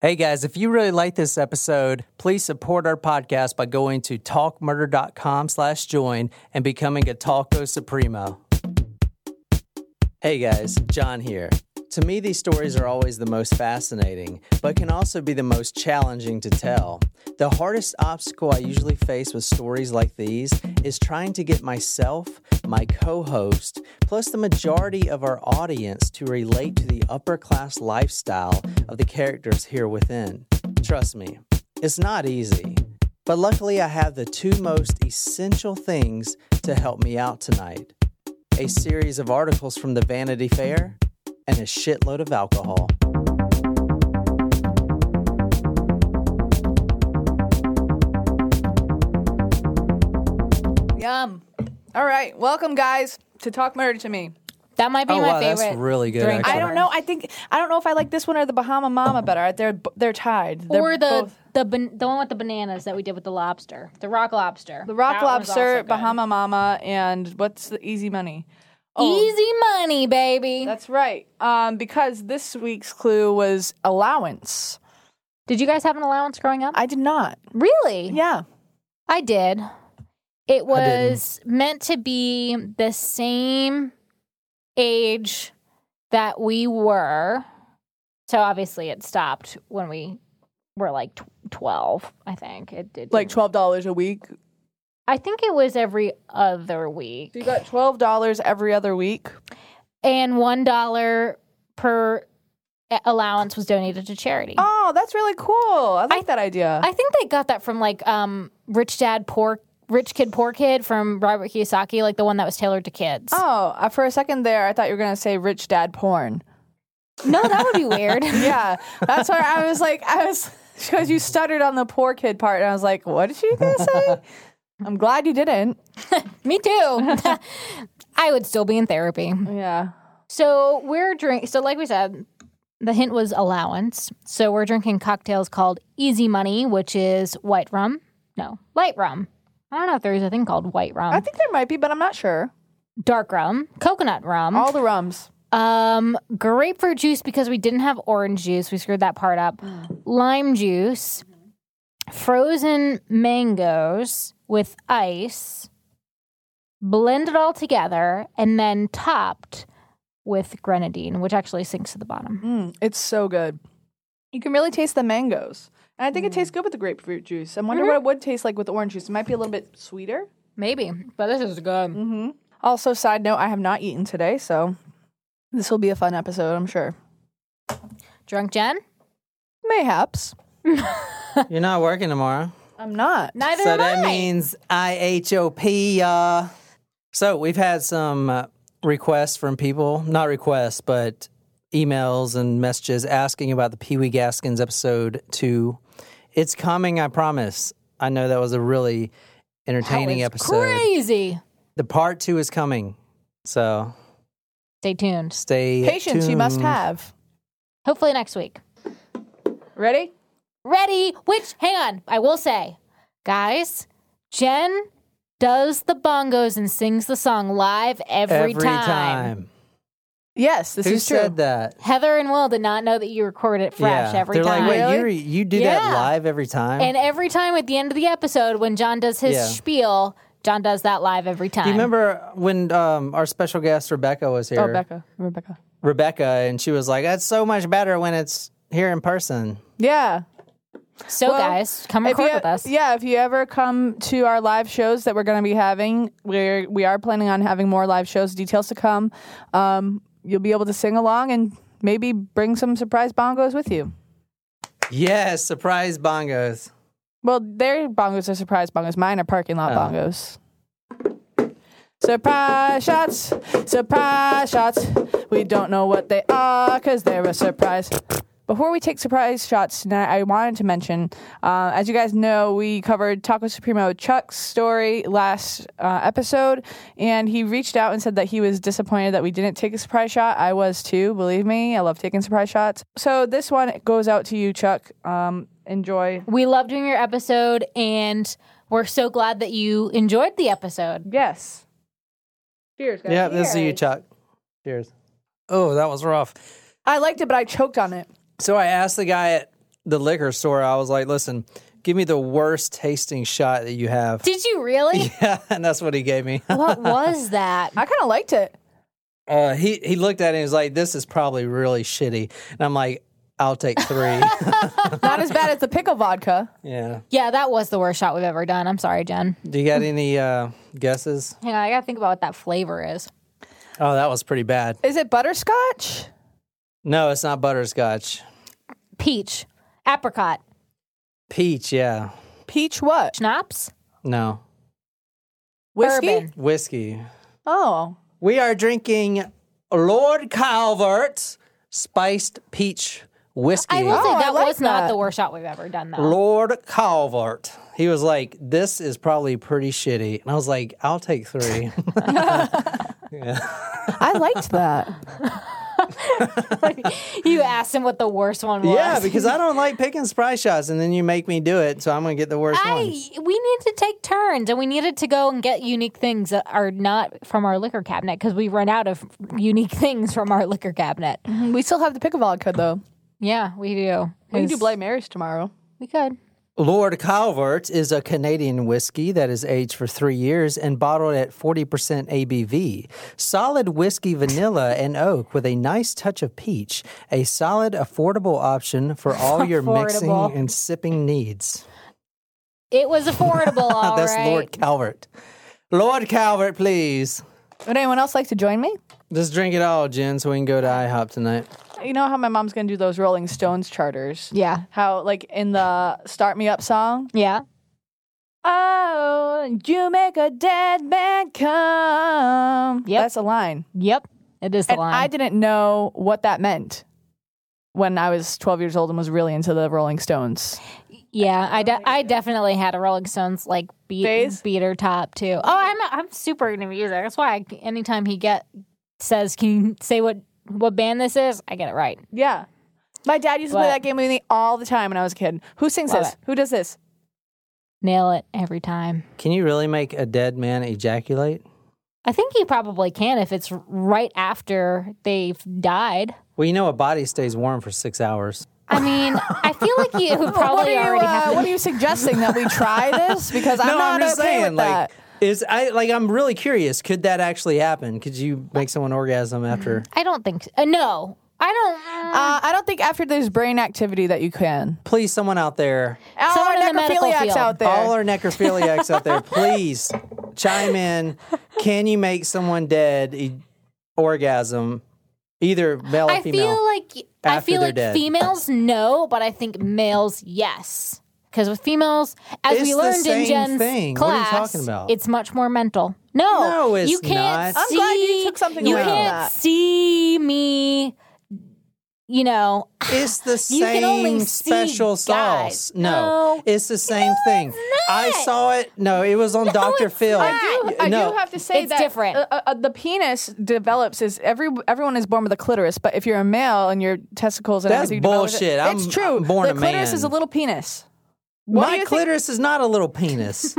Hey guys, if you really like this episode, please support our podcast by going to talkmurder.com slash join and becoming a Talko Supremo. Hey guys, John here. To me, these stories are always the most fascinating, but can also be the most challenging to tell. The hardest obstacle I usually face with stories like these is trying to get myself, my co host, plus the majority of our audience to relate to the upper class lifestyle of the characters here within. Trust me, it's not easy. But luckily, I have the two most essential things to help me out tonight a series of articles from the Vanity Fair and a shitload of alcohol. Yum. All right. Welcome, guys, to Talk Murder to Me. That might be Oh, my wow, that's favorite. really good, drink actually. I ever. don't know. I think I don't know if I like this one or the Bahama Mama better. They're they're tied. They're or the both- the ban- the one with the bananas that we did with the lobster, the rock lobster, the Rock That one's also Lobster, good. Bahama Mama, and what's the Easy Money? Easy money, baby. That's right. Um, because this week's clue was allowance. Did you guys have an allowance growing up? I did not. really? Yeah. I did. It was meant to be the same age that we were. So obviously, it stopped when we were like tw- twelve. I think it did. Like twelve dollars a week. I think it was every other week. So you got twelve dollars every other week. and one dollar per a- allowance was donated to charity. Oh, that's really cool. I like I- that idea. I think they got that from like um, Rich Dad Poor Rich Kid Poor Kid from Robert Kiyosaki, like the one that was tailored to kids. oh, uh, for a second there, I thought you were gonna say rich dad porn. No, that would be weird. Yeah, that's where I was like, I was because you stuttered on the poor kid part, and I was like, what did she gonna say? I'm glad you didn't. Me too. I would still be in therapy. Yeah. So we're drink. So like we said, the hint was allowance. So we're drinking cocktails called Easy Money, which is white rum. No, light rum. I don't know if there is a thing called white rum, I think there might be, but I'm not sure. dark rum, coconut rum, All the rums. Um, grapefruit juice because we didn't have orange juice. We screwed that part up. Lime juice, frozen mangoes with ice, blend it all together, and then topped with grenadine, which actually sinks to the bottom. Mm, it's so good. You can really taste the mangoes. And I think it tastes good with the grapefruit juice. I wonder what it would taste like with orange juice. It might be a little bit sweeter. Maybe, but this is good. Mm-hmm. Also, side note, I have not eaten today, so this will be a fun episode, I'm sure. Drunk Jen? Mayhaps. You're not working tomorrow. I'm not. Neither so am that I. means IHOP. Uh, so we've had some uh, requests from people, not requests, but emails and messages asking about the Pee Wee Gaskins episode two. It's coming, I promise. I know that was a really entertaining episode. Crazy. The part two is coming, so Stay tuned. stay Patience you must tuned. have. Hopefully next week. Ready? ready. Which, hang on, I will say, guys, Jen does the bongos and sings the song live every, every time. Yes, this Who is true. said that? Heather and Will did not know that you recorded it fresh yeah, every they're time. like, wait, you you do that Yeah. live every time. and every time at the end of the episode, when John does his Yeah. spiel, John does that live every time. Do you remember when um, our special guest Rebecca was here? Oh, Becca. Rebecca. Rebecca, and she was like, "That's so much better when it's here in person. Yeah. So, Well, guys, come If record you- with us. Yeah, if you ever come to our live shows that we're going to be having, we're we are planning on having more live shows. Details to come. Um, you'll be able to sing along and maybe bring some surprise bongos with you. Yes, surprise bongos. Well, their bongos are surprise bongos. Mine are parking lot bongos. Surprise shots, surprise shots. We don't know what they are because they're a surprise. Before we take surprise shots tonight, I wanted to mention, uh, as you guys know, we covered Taco Supremo Chuck's story last uh, episode, and he reached out and said that he was disappointed that we didn't take a surprise shot. I was too, believe me. I love taking surprise shots. So this one goes out to you, Chuck. Um, enjoy. We love doing your episode, and we're so glad that you enjoyed the episode. Yes. Cheers, guys. Yeah, this is you, Chuck. Cheers. Oh, that was rough. I liked it, but I choked on it. So I asked the guy at the liquor store, I was like, listen, give me the worst tasting shot that you have. Did you really? Yeah, and that's what he gave me. what was that? I kind of liked it. Uh, he, he looked at it and was like, this is probably really shitty. And I'm like, I'll take three. Not as bad as the pickle vodka. yeah. Yeah, that was the worst shot we've ever done. I'm sorry, Jen. Do you got any uh, guesses? Hang on, I gotta think about what that flavor is. Oh, that was pretty bad. Is it butterscotch? No, it's not butterscotch. Peach, apricot, Peach, yeah. Peach what? schnapps, No. Whiskey? bourbon. Whiskey. Oh. We are drinking Lord Calvert's spiced peach whiskey. I will say Oh, I that like was not that. the worst shot we've ever done, though. Lord Calvert. He was like, "This is probably pretty shitty," and I was like, "I'll take three. I liked that. you asked him what the worst one was. yeah, because I don't like picking surprise shots, and then you make me do it, so I'm gonna get the worst I, one. we need to take turns, and we needed to go and get unique things that are not from our liquor cabinet because we run out of unique things from our liquor cabinet. we still have the pickle vodka, though. Yeah, Mm-hmm. we do. We can do 'Cause Bloody Marys tomorrow. We could. Lord Calvert is a Canadian whiskey that is aged for three years and bottled at 40% ABV. Solid whiskey, vanilla, and oak with a nice touch of peach. A solid, affordable option for all your mixing Affordable. and sipping needs. It was affordable, all right. That's Lord Calvert. Lord Calvert, please. Would anyone else like to join me? Just drink it all, Jen, so we can go to IHOP tonight. You know how my mom's going to do those Rolling Stones charters? Yeah. How, like, in the Start Me Up song? Yeah. Oh, you make a dead man come. Yep. That's a line. Yep. It is the and line. I didn't know what that meant when I was 12 years old and was really into the Rolling Stones. Yeah, I, de- I definitely had a Rolling Stones like beat- Phase? beater top too. Oh, I'm I'm super into music. That's why I, anytime he get says, "Can you say what what band this is?" I get it right. Yeah. My dad used to play But- that game with me all the time when I was a kid. Who sings Love this? it. Who does this? Nail it every time. Can you really make a dead man ejaculate? I think he probably can if it's right after they've died. Well, you know, a body stays warm for six hours. I mean, I feel like you would What are probably you, already uh, have. what are you suggesting that we try this? Because I'm no, not I'm just okay saying, with like, that. is I like I'm really curious. Could that actually happen? Could you make someone orgasm after? I don't think. So. Uh, no, I don't. Uh, I don't think after there's brain activity that you can. Please, someone out there, All our Someone in the medical necrophiliacs field. out there. all our necrophiliacs out there, please chime in. Can you make someone dead e- orgasm, either male or I female? feel like I After feel they're like dead. females no, but I think males yes. Because with females, as It's we the learned in same Jen's thing. What are you class, talking about? it's much more mental. No, No, it's you can't not. I'm see. glad you took something you away from can't that. see me. You know, It's the You can only same see special guys. sauce. No, No. it's the same thing. I saw it. No, it was on Dr. it's Phil. not. I do, I no, do have to say It's that different. uh, uh, the penis develops is every everyone is born with a clitoris, but if you're a male and your testicles and That's everything develop with it- bullshit. I'm- it's true. I'm born the a clitoris man. is a little penis. do you my think- clitoris is not a little penis.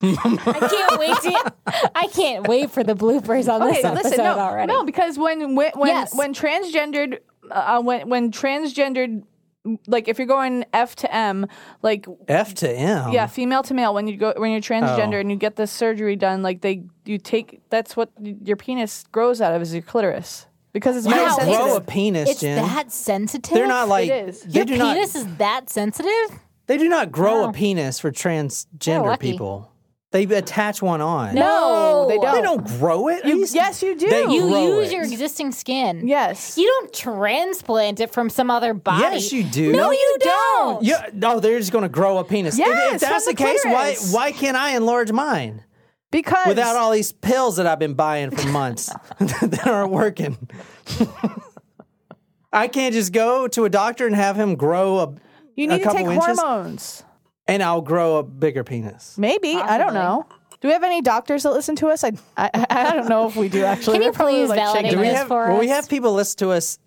I can't wait to. I can't wait for the bloopers on this Okay, episode listen, no, already. no, because when when when, Yes. when transgendered, uh, when when transgendered, like if you're going F to M, like F to M. yeah, female to male, when you go when you're transgender Oh. and you get this surgery done, like they you take that's what y- your penis grows out of is your clitoris. because it's very Wow, don't sensitive. grow it's- a penis, it's Jen. that sensitive. They're not like is. Oh. they your do penis not. is that sensitive. They do not grow a penis for transgender lucky. people. They attach one on. No, they They don't. don't grow it. Are You- s- yes, you do. They You grow use it. your existing skin. Yes. You don't transplant it from some other body. Yes, you do. No, No, you don't. Yeah, no, they're just going to grow a penis. If- if, Yes, that's from the, the case, why clitoris. why can't I enlarge mine because without all these pills that I've been buying for months that aren't working? I can't just go to a doctor and have him grow a you a need to couple take inches, hormones. and I'll grow a bigger penis. Maybe I don't Possibly. know. Do we have any doctors that listen to us? I I, I don't know if we do actually. Can They're you probably, please like, validate shaking Do we Yes, their- have for well, we us. have people listen to us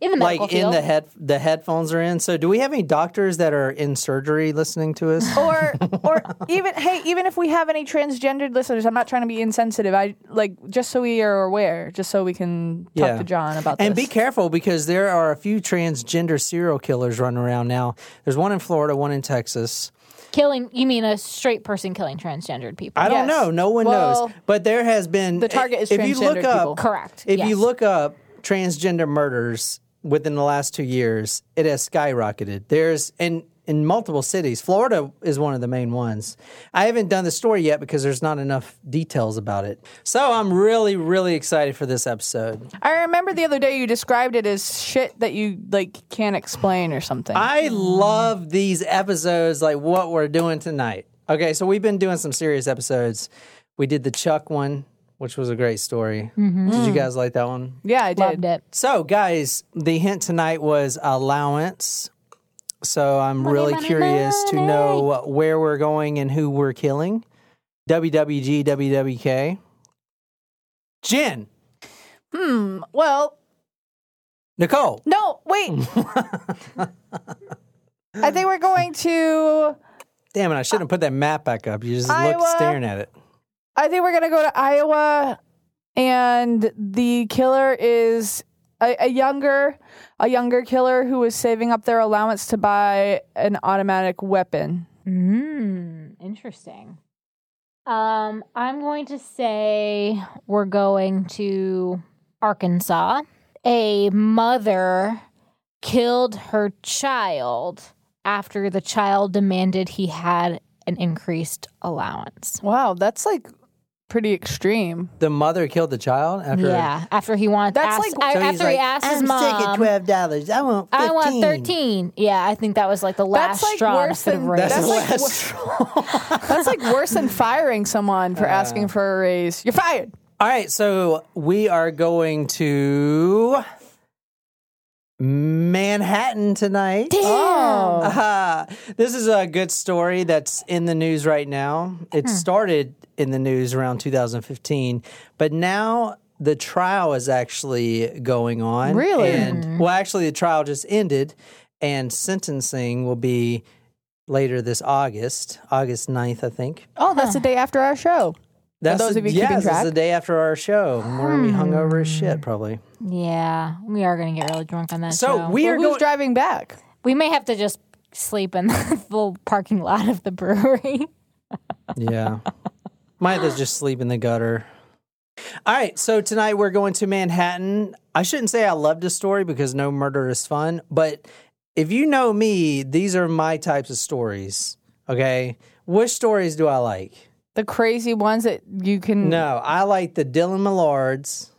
in the like medical in field. the head the headphones are in. So do we have any doctors that are in surgery listening to us? or or even hey, even if we have any transgendered listeners, I'm not trying to be insensitive. I like just so we are aware, just so we can talk Yeah. to John about And this. be careful because there are a few transgender serial killers running around now. There's one in Florida, one in Texas. killing. You mean a straight person killing transgendered people? I don't Yes. know. No one Well, knows. But there has been the target is if you look transgendered people. up Correct. if you Yes. look up transgender murders within the last two years, it has skyrocketed. There's in in multiple cities. Florida is one of the main ones. I haven't done the story yet because there's not enough details about it. So I'm really, really excited for this episode. I remember the other day you described it as shit that you like can't explain or something. I love these episodes, like what we're doing tonight. Okay, so we've been doing some serious episodes. We did the Chuck one, which was a great story. Mm-hmm. Did you guys like that one? yeah, I did. Loved it. So, guys, the hint tonight was allowance. So, I'm really money, curious to money. know where we're going and who we're killing. WWG, WWK. Jen, Hmm. Well, Nicole, no, wait. I think we're going to. damn it, I shouldn't have put that map back up. You just Iowa. looked staring at it. I think we're gonna go to Iowa, and the killer is a, a younger, a younger killer who was saving up their allowance to buy an automatic weapon. Mm, interesting. Um, I'm going to say we're going to Arkansas. A mother killed her child after the child demanded he had an increased allowance. Wow, that's like pretty extreme. The mother killed the child after. Yeah, after he wanted That's asked, like- a- So he's after like, he asked I'm his mom. sick at twelve dollars. I want. 15. I want 13. Yeah, I think that was like the last That's like straw worse that could have than- raised That's, That's it. the like- last straw. That's like worse than firing someone Uh. for asking for a raise. You're fired. All right, so we are going to Manhattan tonight. Oh, Ah, this is a good story that's in the news right now. It started in the news around 2015, but now the trial is actually going on. Really? And, well, actually, the trial just ended, and sentencing will be later this August, August 9th, I think. oh, that's the day after our show. That's those the, of you yes, keeping it's track? Hmm. the day after our show. We're gonna be hungover as shit, probably. Yeah, we are going to get really drunk on that So show. we Well, are who's going. driving back? We may have to just sleep in the little parking lot of the brewery. yeah, might as just sleep in the gutter. All right, so tonight we're going to Manhattan. I shouldn't say I love this story because no murder is fun, but if you know me, these are my types of stories. Okay, which stories do I like? The crazy ones that you can. No, I like the Dylan Millards.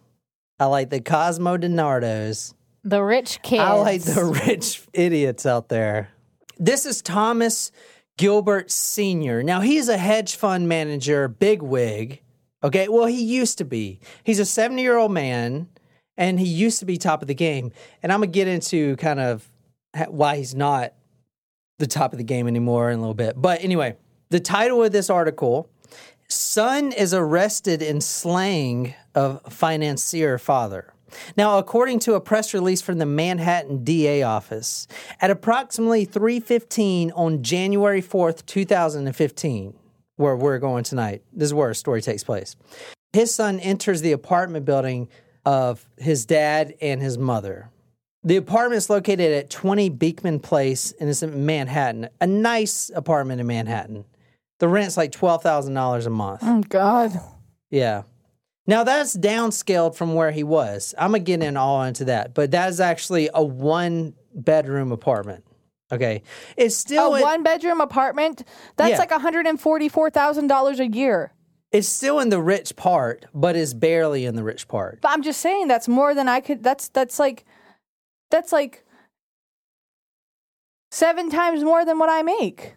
I like the Cosmo Donardos. The rich kids. I like the rich idiots out there. This is Thomas Gilbert Sr. Now, he's a hedge fund manager, bigwig. Okay, well, he used to be. He's a 70 year old man, and he used to be top of the game. And I'm going to get into kind of ha- why he's not the top of the game anymore in a little bit. But anyway, the title of this article son is arrested in slaying of financier father. Now, according to a press release from the Manhattan DA office, at approximately 3:15 on January 4th, 2015, where we're going tonight, this is where our story takes place. His son enters the apartment building of his dad and his mother. The apartment is located at 20 Beekman Place and it's in Manhattan, a nice apartment in Mm. Manhattan. The rent's like $12,000 a month. Oh, God. Yeah. Now that's downscaled from where he was. I'm gonna get in all into that, but that is actually a one bedroom apartment. Okay, it's A still in, one bedroom apartment? That's Yeah. like $144,000 a year. it's still in the rich part, but it's barely in the rich part. But I'm just saying that's more than I could. That's that's like that's like seven times more than what I make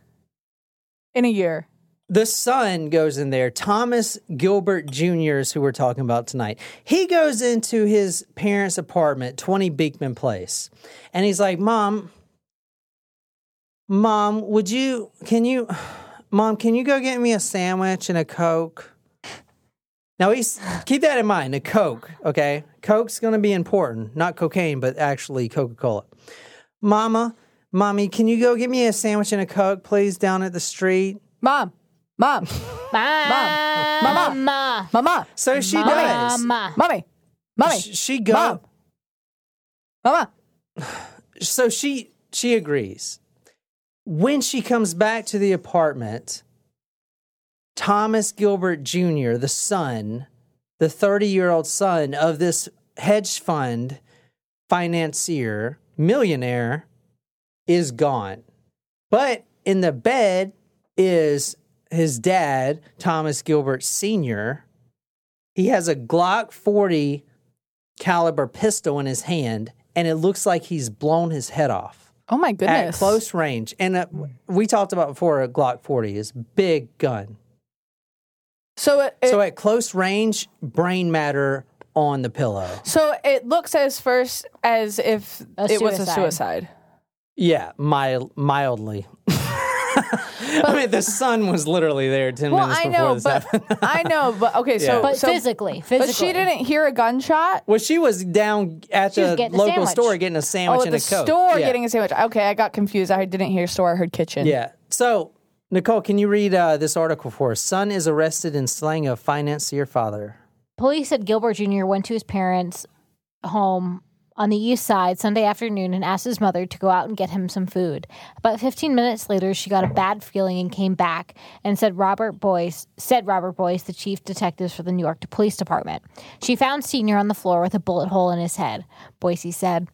in a year. The son goes in there. Thomas Gilbert Jr. is who we're talking about tonight. He goes into his parents' apartment, 20 Beekman Place, and he's like, "Mom, mom, would you? Can you, mom, can you go get me a sandwich and a coke?" Now he's keep that in mind. A coke, okay? Coke's gonna be important, not cocaine, but actually Coca Cola. Mama, mommy, can you go get me a sandwich and a coke, please, down at the street? Mom, mom, Mama. Mom. Mama. mama, So she does. Mama. mommy, mommy, Sh- She go. Mom. mama. So she she agrees. When she comes back to the apartment, Thomas Gilbert Jr., the son, the 30-year-old son of this hedge fund financier, millionaire, is gone. But in the bed is his dad, Thomas Gilbert Sr. He has a Glock 40 caliber pistol in his hand, and it looks like he's blown his head off Oh my at goodness! close range. And uh, we talked about before a Glock 40 is big gun. So it, it so at close range, brain matter on the pillow. so it looks as first as if A it was a suicide. suicide. Yeah, mild, mildly. I mean, the sun was literally there 10 Well, minutes I before know, this but happened. I know, but okay. So, But so- physically, physically. but she didn't hear a gunshot. Well, she was down at She was the getting a local sandwich. store getting a sandwich Oh, at and the a coke. store yeah. getting a sandwich. Okay, I got confused. I didn't hear store. I heard kitchen. Yeah. So, Nicole, can you read uh, this article for us? Son is arrested in slaying of financier father. Police said Gilbert Jr. went to his parents' home on the east side Sunday afternoon and asked his mother to go out and get him some food. About 15 minutes later, she got a bad feeling and came back and said Robert Boyce, said Robert Boyce, the chief detectives for the New York Police Department. She found Senior on the floor with a bullet hole in his head, Boyce said.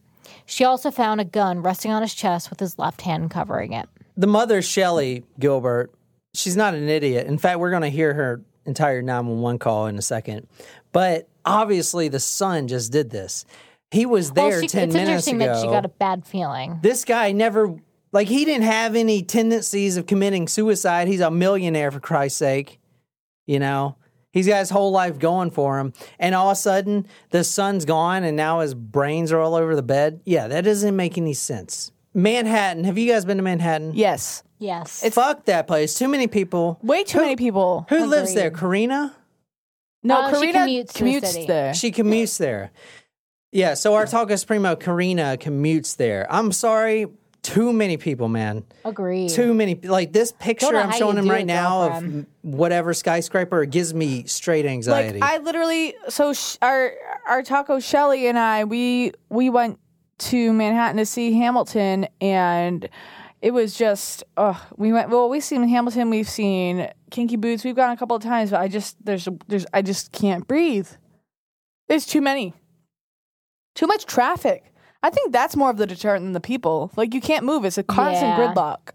She also found a gun resting on his chest with his left hand covering it. The mother, Shelley Gilbert, she's not an idiot. In fact, we're going to hear her entire 911 call in a second. But obviously, the son just did this. He was there well, she, 10 it's minutes interesting ago. that she got a bad feeling. this guy never like he didn't have any tendencies of committing suicide. He's a millionaire for Christ's sake. You know? He's got his whole life going for him. And all of a sudden the sun's gone and now his brains are all over the bed. Yeah, that doesn't make any sense. Manhattan. Have you guys been to Manhattan? Yes. Yes. Fuck that place. Too many people. Way too many people. Who lives there? Karina? No, Uh, she Karina commutes commutes, to the city. there. She commutes there. Yeah, so our talk is primo. Karina commutes there. I'm sorry, too many people, man. Agreed. too many like this picture know i'm how showing you him do right it, now girlfriend. of whatever skyscraper it gives me straight anxiety like I literally. So sh- our our taco Shelly and I we we went to Manhattan to see Hamilton and. It was just, oh, we went. Well, we've seen Hamilton, we've seen Kinky Boots, we've gone a couple of times, but I just there's there's I just can't breathe. There's too many, too much traffic. I think that's more of the deterrent than the people. Like you can't move; it's a constant Yeah. gridlock.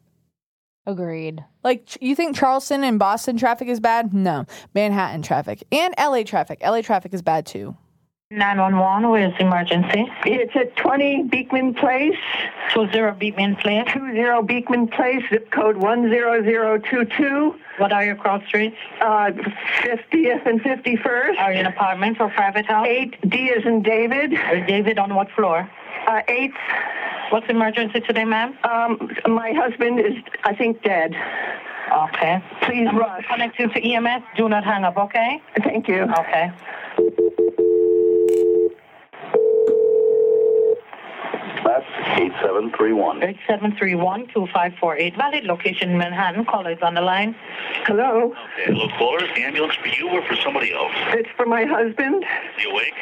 Agreed. Like ch- you think Charleston and Boston traffic is bad? No, Manhattan traffic and LA traffic. LA traffic is bad too. 911, where is the emergency? It's at 20 Beekman Place, 20 Beekman Place. 20 Beekman Place, zip code 10022, What are your cross streets? uh, 50th and Are 51st. you an apartment or private house? 8 D is in David, Uh, David, on what floor? uh, 8th. What's the emergency today, ma'am? Um, my husband is, I think, dead. Okay. Please I'm rush. Connect you to EMS. Do not hang up, okay? Thank you. Okay. That's 8731. 8731-2548. Valid location, Manhattan. Caller is on the line. Hello. Okay, hello, caller. Ambulance for you or for somebody else? It's for my husband. You awake?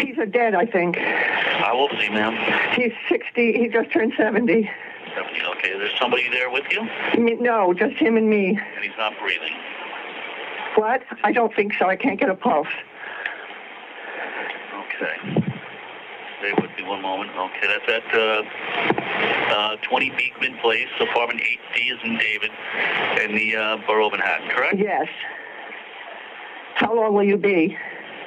He's a dead, I think. How old is he, ma'am? He's 60. He just turned 70. 70. Okay, there's somebody there with you, and Me- No, just him and me. he's not breathing. What? I don't think so. I can't get a pulse. Okay. Stay with me one moment. Okay, that's at uh, uh, 20 Beekman Place, apartment 8D is in David, in the uh, borough of Manhattan, correct? Yes. How long will you be?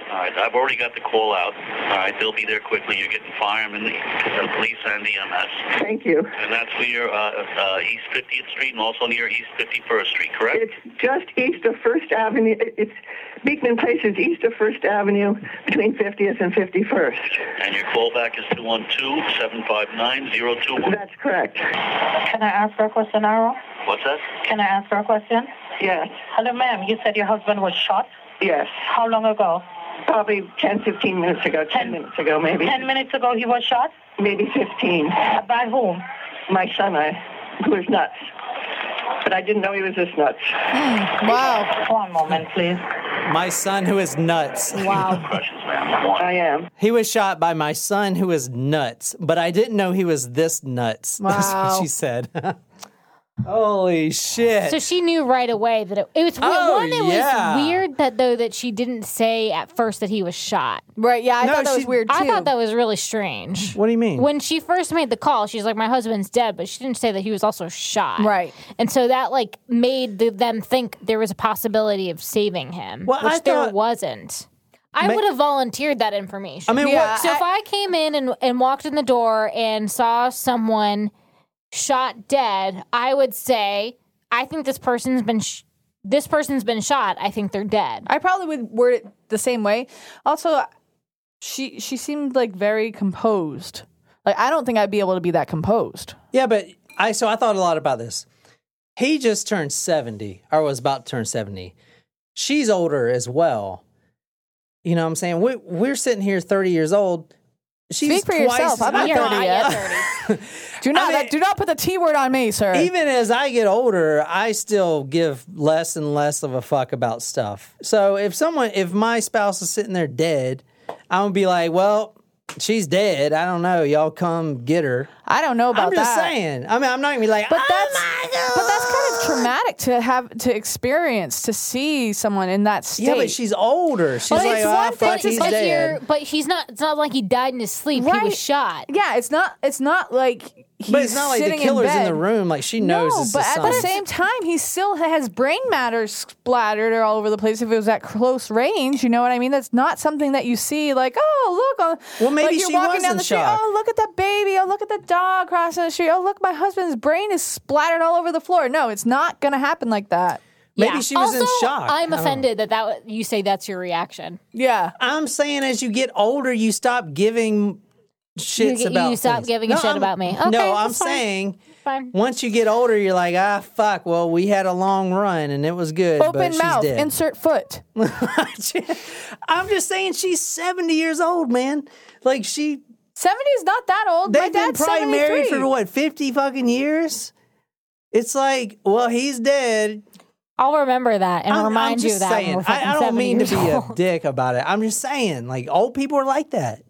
All right, I've already got the call out. All right, they'll be there quickly. You're getting firemen, the, the police, and the EMS. Thank you. And that's near uh, uh, East 50th Street and also near East 51st Street, correct? It's just east of First Avenue. It- It's Beekman Place is east of First Avenue, between 50th and 51st. And your callback is 212-759-021. That's correct. Can I ask her a question, Arrow? What's that? Can I ask her a question? Yes. Hello, ma'am. You said your husband was shot. Yes. How long ago? Probably 10, 15 minutes ago. 10 minutes ago, maybe. Ten minutes ago, he was shot. Maybe 15. By whom? My son, I, who is nuts. But I didn't know he was this nuts. Wow. One moment, please. My son, who is nuts. Wow. Questions, ma'am. One. I am. He was shot by my son, who is nuts, but I didn't know he was this nuts. That's Wow. what she said. Holy shit. So she knew right away that it, it was weird. Oh, One, it yeah. was weird that though that she didn't say at first that he was shot. Right. Yeah, I No, thought that was she- weird too. I thought that was really strange. what do you mean? When she first made the call, she's like, "My husband's dead," but she didn't say that he was also shot. Right. and so that like made the, them think there was a possibility of saving him, Well, which I there thought- wasn't. I would have volunteered that information. I mean, Yeah, what? so if I came in and, and walked in the door and saw someone shot dead, I would say, "I think this person's been." Sh- this person's been shot. I think they're dead. I probably would word it the same way. Also, she she seemed like very composed. Like I don't think I'd be able to be that composed. Yeah, but I so I thought a lot about this. He just turned 70 or was about to turn 70. She's older as well. You know what I'm saying? We we're sitting here 30 years old. She's Speak for twice yourself. as- I'm not I You're thought- thirty not yet. yet 30. Do not mean- that, do not put the T word on me, sir. Even as I get older, I still give less and less of a fuck about stuff. So if someone if my spouse is sitting there dead, I'm gonna be like, Well, she's dead. I don't know. Y'all come get her. I don't know about I'm just that. saying. I mean I'm not gonna be like But "Oh that's my God." but that's kind of traumatic to have to experience to see someone in that state. Yeah, but she's older. She's But like, it's "Ah, one thing fuck, to he's but, dead. you're, but he's not. It's not like he died in his sleep. He Right. was shot. Yeah, it's not it's not like he's But it's not like the sitting killer's in, bed. the room. Like she knows No, it's but his at the son. same time, he still has brain matter splattered all over the place. If it was at close range, you know what I mean. That's not something that you see. Like, oh look, oh, Well, maybe like you're she walking was down in the shock. street. Oh look at that baby. Oh look at the dog crossing the street. Oh look, my husband's brain is splattered all over the floor. No, it's not gonna happen like that. Maybe Yeah. she was in Also, shock. I'm I don't- offended that that you say that's your reaction. Yeah, I'm saying as you get older, you stop giving shits get- you about. stop things. giving a shit I'm- about me. Okay, no, I'm that's fine. saying Fine. once you get older, you're like, ah, fuck. Well, we had a long run and it was good. but open she's mouth, dead. insert foot. I'm just saying she's 70 years old, man. Like she, Seventy is not that old. they've my been dad's probably married 73. for what 50 fucking years. It's like, well, he's dead. I'll remember that and I'm- I'm remind you just of that. saying. when we're I, fucking I don't 70 mean to years be a old. dick about it. I'm just saying, like old people are like that.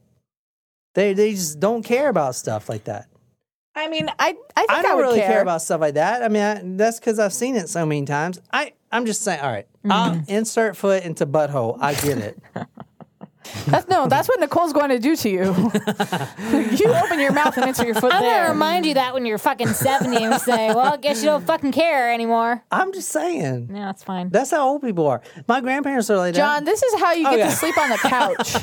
They they just don't care about stuff like that. I mean, I I think I I, don't would really care. care about stuff like that. I mean, I, that's because I've seen it so many times. I I'm just saying. All right, Mm-hmm. I'll insert foot into butthole. I get it. That's no, that's what Nicole's going to do to you. you open your mouth and answer your foot I'm gonna there. remind you that when you're fucking 70 and say, "Well, I guess you don't fucking care anymore." I'm just saying. No, it's fine. That's how old people are. My grandparents are like John, that. this is how you get yeah. to sleep on the couch.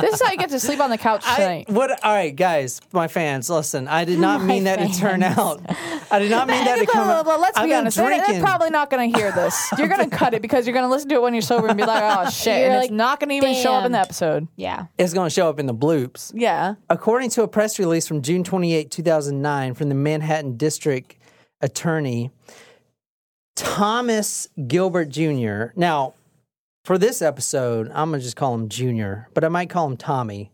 this is how you get to sleep on the couch I, tonight. what? All right, guys, my fans, listen. I did not mean that to turn fans. out. I did not mean that to Blah, come. blah, blah. Let's I've be been honest. They're, they're drinking. probably not going to hear this. You're going to cut it because you're going to listen to it when you're sober and be like, "Oh shit!" You're and like, it's not going to even show up in the "Damn." episode. Yeah. It's going to show up in the bloops. Yeah. According to a press release from June 28, 2009, from the Manhattan District Attorney, Thomas Gilbert Jr. Now, for this episode, I'm going to just call him Jr., but I might call him Tommy.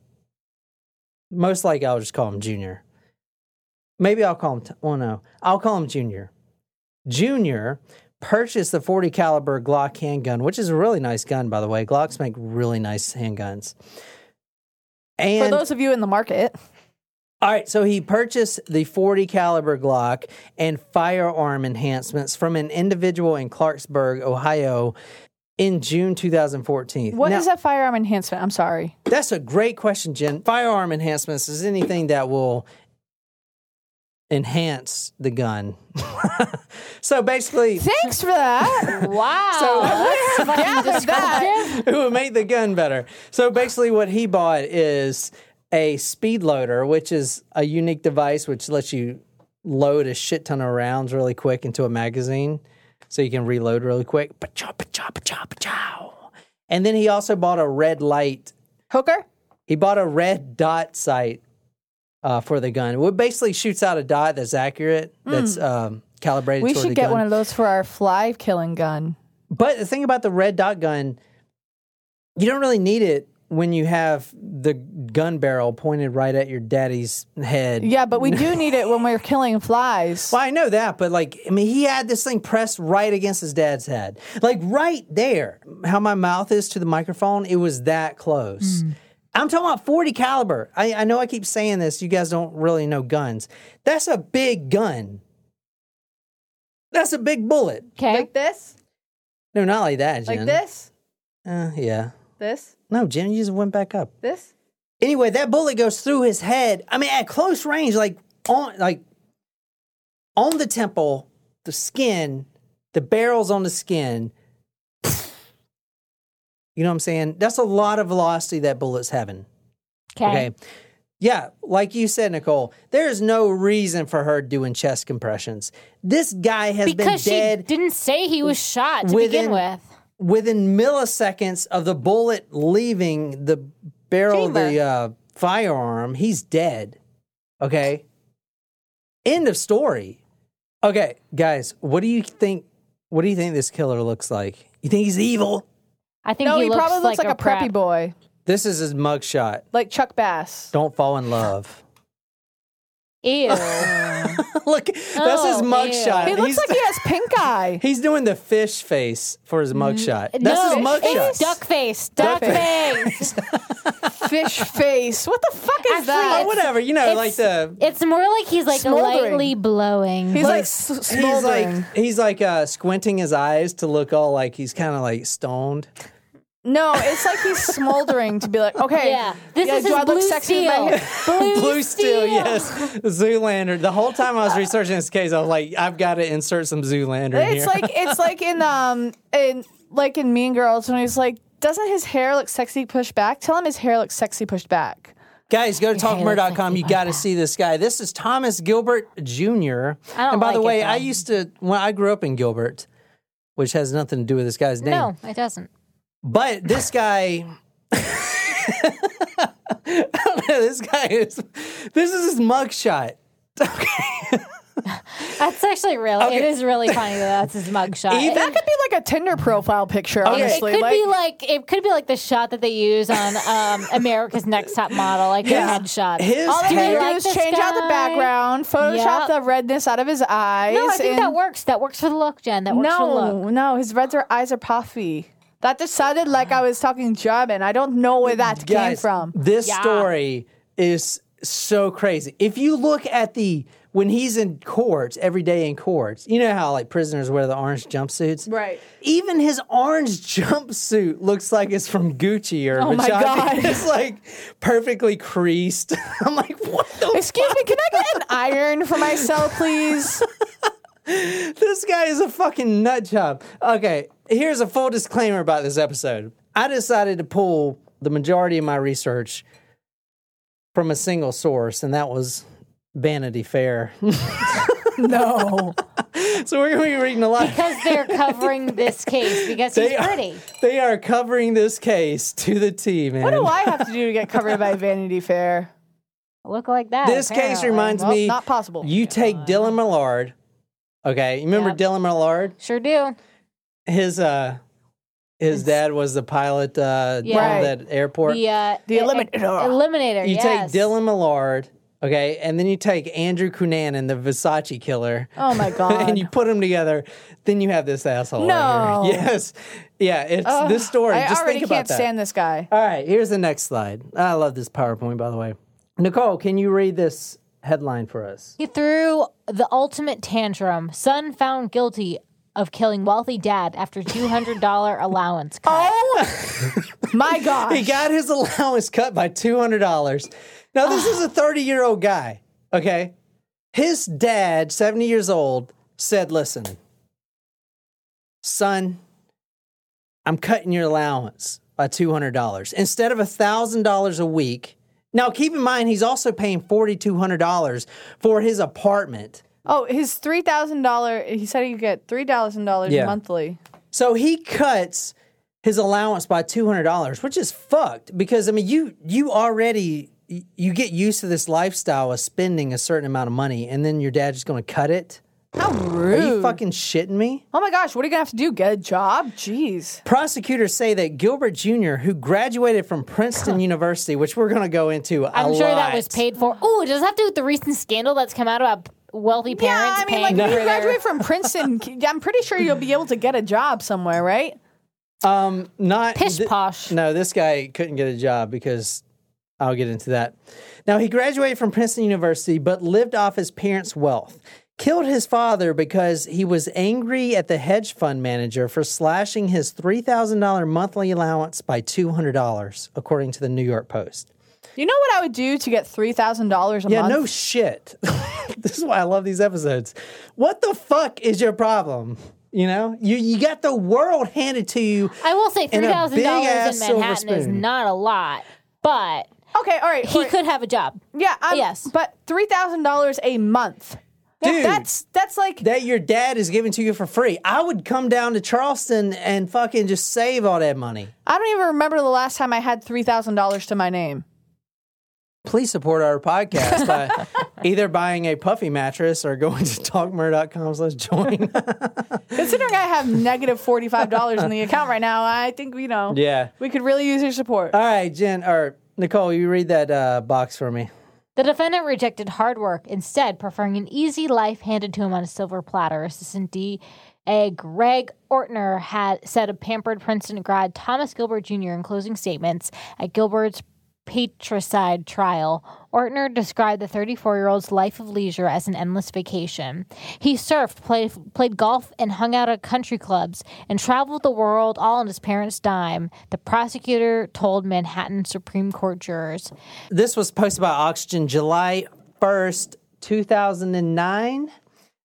Most likely, I'll just call him Jr. Maybe I'll call him, T- well, no, I'll call him Jr. Jr. purchased the 40 caliber Glock handgun, which is a really nice gun, by the way. Glocks make really nice handguns. And For those of you in the market, all right, so he purchased the 40 caliber Glock and firearm enhancements from an individual in Clarksburg, Ohio, in June 2014. What is Now, a firearm enhancement? I'm sorry. That's a great question, Jen. Firearm enhancements is anything that will enhance the gun. so basically, Thanks for that. Wow. So- that's fucking gathered that. descriptive. it would make the gun better. So basically, what he bought is a speed loader, which is a unique device which lets you load a shit ton of rounds really quick into a magazine, so you can reload really quick. Pa-chow, pa-chow, pa-chow, pa-chow. And then he also bought a red light Hooker? he bought a red dot sight uh, for the gun. It basically shoots out a dot that's accurate, that's um, calibrated. Hmm. We toward should the get gun. one of those for our fly killing gun. But the thing about the red dot gun, you don't really need it when you have the gun barrel pointed right at your daddy's head. Yeah, but we do need it when we're killing flies. Well, I know that, but like, I mean, he had this thing pressed right against his dad's head, like right there. How my mouth is to the microphone, it was that close. Mm. I'm talking about 40 caliber. I, I know I keep saying this. You guys don't really know guns. That's a big gun. That's a big bullet. Okay. this? No, not like that, Jen. this? Uh, yeah. This? No, Jen, you just went back up. This? Anyway, that bullet goes through his head. I mean, at close range, like on like on the temple, the skin, the barrels on the skin. You know what I'm saying? That's a lot of velocity that bullet's having. Okay. Yeah, like you said, Nicole, there's no reason for her doing chest compressions. This guy has Because been she dead didn't say he was shot to within- begin with. within milliseconds of the bullet leaving the barrel of the uh, firearm, he's dead. Okay. End of story. Okay, guys, what do you think? What do you think this killer looks like? You think he's evil? I think No, he, he, looks probably looks like, a preppy prep. boy, This is his mugshot. like Chuck Bass. Don't fall in love. Ew. Look, that's his Oh, mugshot. He looks he's, like he has pink eye. he's doing the fish face for his mugshot. That's no, his mugshot. it's duck face. Duck, face. Fish face. What the fuck is Actually, that? Oh, whatever, you know, it's- like the It's more like he's like Smoldering. lightly blowing. He's like, s- he's smoldering. like he's like uh, squinting his eyes to look all like he's kind of like stoned. no, it's like he's smoldering to be like, okay, yeah. This yeah, is do his I blue look sexy with steel. my blue, Blue steel. Steel, yes, Zoolander. The whole time I was researching this case, I was like, I've got to insert some Zoolander in hair? here. It's like it's like in um in like in Mean Girls when he's like, doesn't his hair look sexy pushed back? Tell him his hair looks sexy pushed back. Guys, go to Your hair looks like talkmer.com. you You like got to that. see this guy. This is Thomas Gilbert Jr. I don't and by the like it, way, I though. used to when I grew up in Gilbert, which has nothing to do with this guy's name. No, it doesn't. But this guy, I don't know, this guy is, this is his mugshot. That's actually really. It Okay. is really funny that that's his mugshot. Either- That could be like a Tinder profile picture, It- honestly. it could like, be like it could be like the shot that they use on um, America's Next Top Model, like the headshot. His all they Do you gotta hair, like do is this change out guy? the background, Photoshop Yep. the redness out of his eyes. no, I think that and- works. That works for the look, Jen. That works for the look. No, no, his red are, eyes are puffy. That just sounded like I was talking German. I don't know where that came guys, from. this Yeah. story is so crazy. If you look at the, when he's in court, every day in court, you know how like prisoners wear the orange jumpsuits? Right. Even his orange jumpsuit looks like it's from Gucci or Oh my Versace. God. It's like perfectly creased. I'm like, what the Excuse me, can I get an iron for myself, please? This guy is a fucking nut job. Okay, here's a full disclaimer about this episode. I decided to pull the majority of my research from a single source, and that was Vanity Fair. no. so we're going to be reading a lot. Because they're covering this case because he's They are- pretty. They are covering this case to the T, man. What do I have to do to get covered by Vanity Fair? Look like that. This case apparently. reminds Well, me not possible. you take Dylan Millard. Okay, you remember Yep. Dylan Millard? Sure do. His uh his dad was the pilot uh Yeah. at that airport. The uh, The e- e- Eliminator. Eliminator. You yes. take Dylan Millard, okay, and then you take Andrew Cunanan, the Versace killer, Oh my god. and you put them together. Then you have this asshole. right here. No. Yes. Yeah. It's this story. I Just already think about can't that. stand this guy. All right. Here's the next slide. I love this PowerPoint, by the way. Nicole, can you read this headline for us? He threw the ultimate tantrum. Son found guilty of killing wealthy dad after $200 allowance cut. Oh my He gosh. got his allowance cut by two hundred dollars. Now this Ah. is a thirty-year-old guy. Okay, his dad, seventy years old, said, "Listen, son, I'm cutting your allowance by two hundred dollars instead of thousand dollars a week." Now keep in mind he's also paying forty-two hundred dollars for his apartment. Oh, his three thousand dollar. He said he could get three thousand dollars Yeah. monthly. So he cuts his allowance by two hundred dollars, which is fucked because I mean you you already you get used to this lifestyle of spending a certain amount of money, and then your dad's just going to cut it. How Are rude! you fucking shitting me? oh my gosh, what are you gonna have to do? Get a job? Jeez. Prosecutors say that Gilbert Jr., who graduated from Princeton University, which we're going to go into, I'm sure that was lot. paid for. Oh, does it have to do with the recent scandal that's come out about wealthy parents yeah, I mean, like paying if for you their- graduate from Princeton, I'm pretty sure you'll be able to get a job somewhere, right? Um, not Pish posh. No, this guy couldn't get a job because I'll get into that. Now he graduated from Princeton University, but lived off his parents' wealth. Killed his father because he was angry at the hedge fund manager for slashing his three thousand dollar monthly allowance by two hundred dollars, according to the New York Post. You know what I would do to get three thousand dollars a Yeah, month? no shit. this is why I love these episodes. What the fuck is your problem? You know, you you got the world handed to you. I will say And a $3,000 in big-ass silver Manhattan is spoon. not a lot, but Okay, all right. he all right. could have a job. Yeah. I'm, Yes. But three thousand dollars a month. Yeah, Dude. that's that's like that your dad is giving to you for free. I would come down to Charleston and fucking just save all that money. I don't even remember the last time I had three thousand dollars to my name. Please support our podcast by either buying a puffy mattress or going to talkmer.com slash join. Considering I have negative forty five dollars in the account right now, I think you know. yeah. Uh, We could really use your support. All right, Jen or Nicole, you read that uh, box for me. The defendant rejected hard work, instead preferring an easy life handed to him on a silver platter. Assistant D.A. Greg Ortner had said of pampered Princeton grad Thomas Gilbert Jr. in closing statements at Gilbert's patricide trial. Ortner described the 34 year old's life of leisure as an endless vacation. He surfed, played, played golf, and hung out at country clubs and traveled the world all on his parents' dime, the prosecutor told Manhattan Supreme Court jurors. This was posted by Oxygen July 1st, 2009.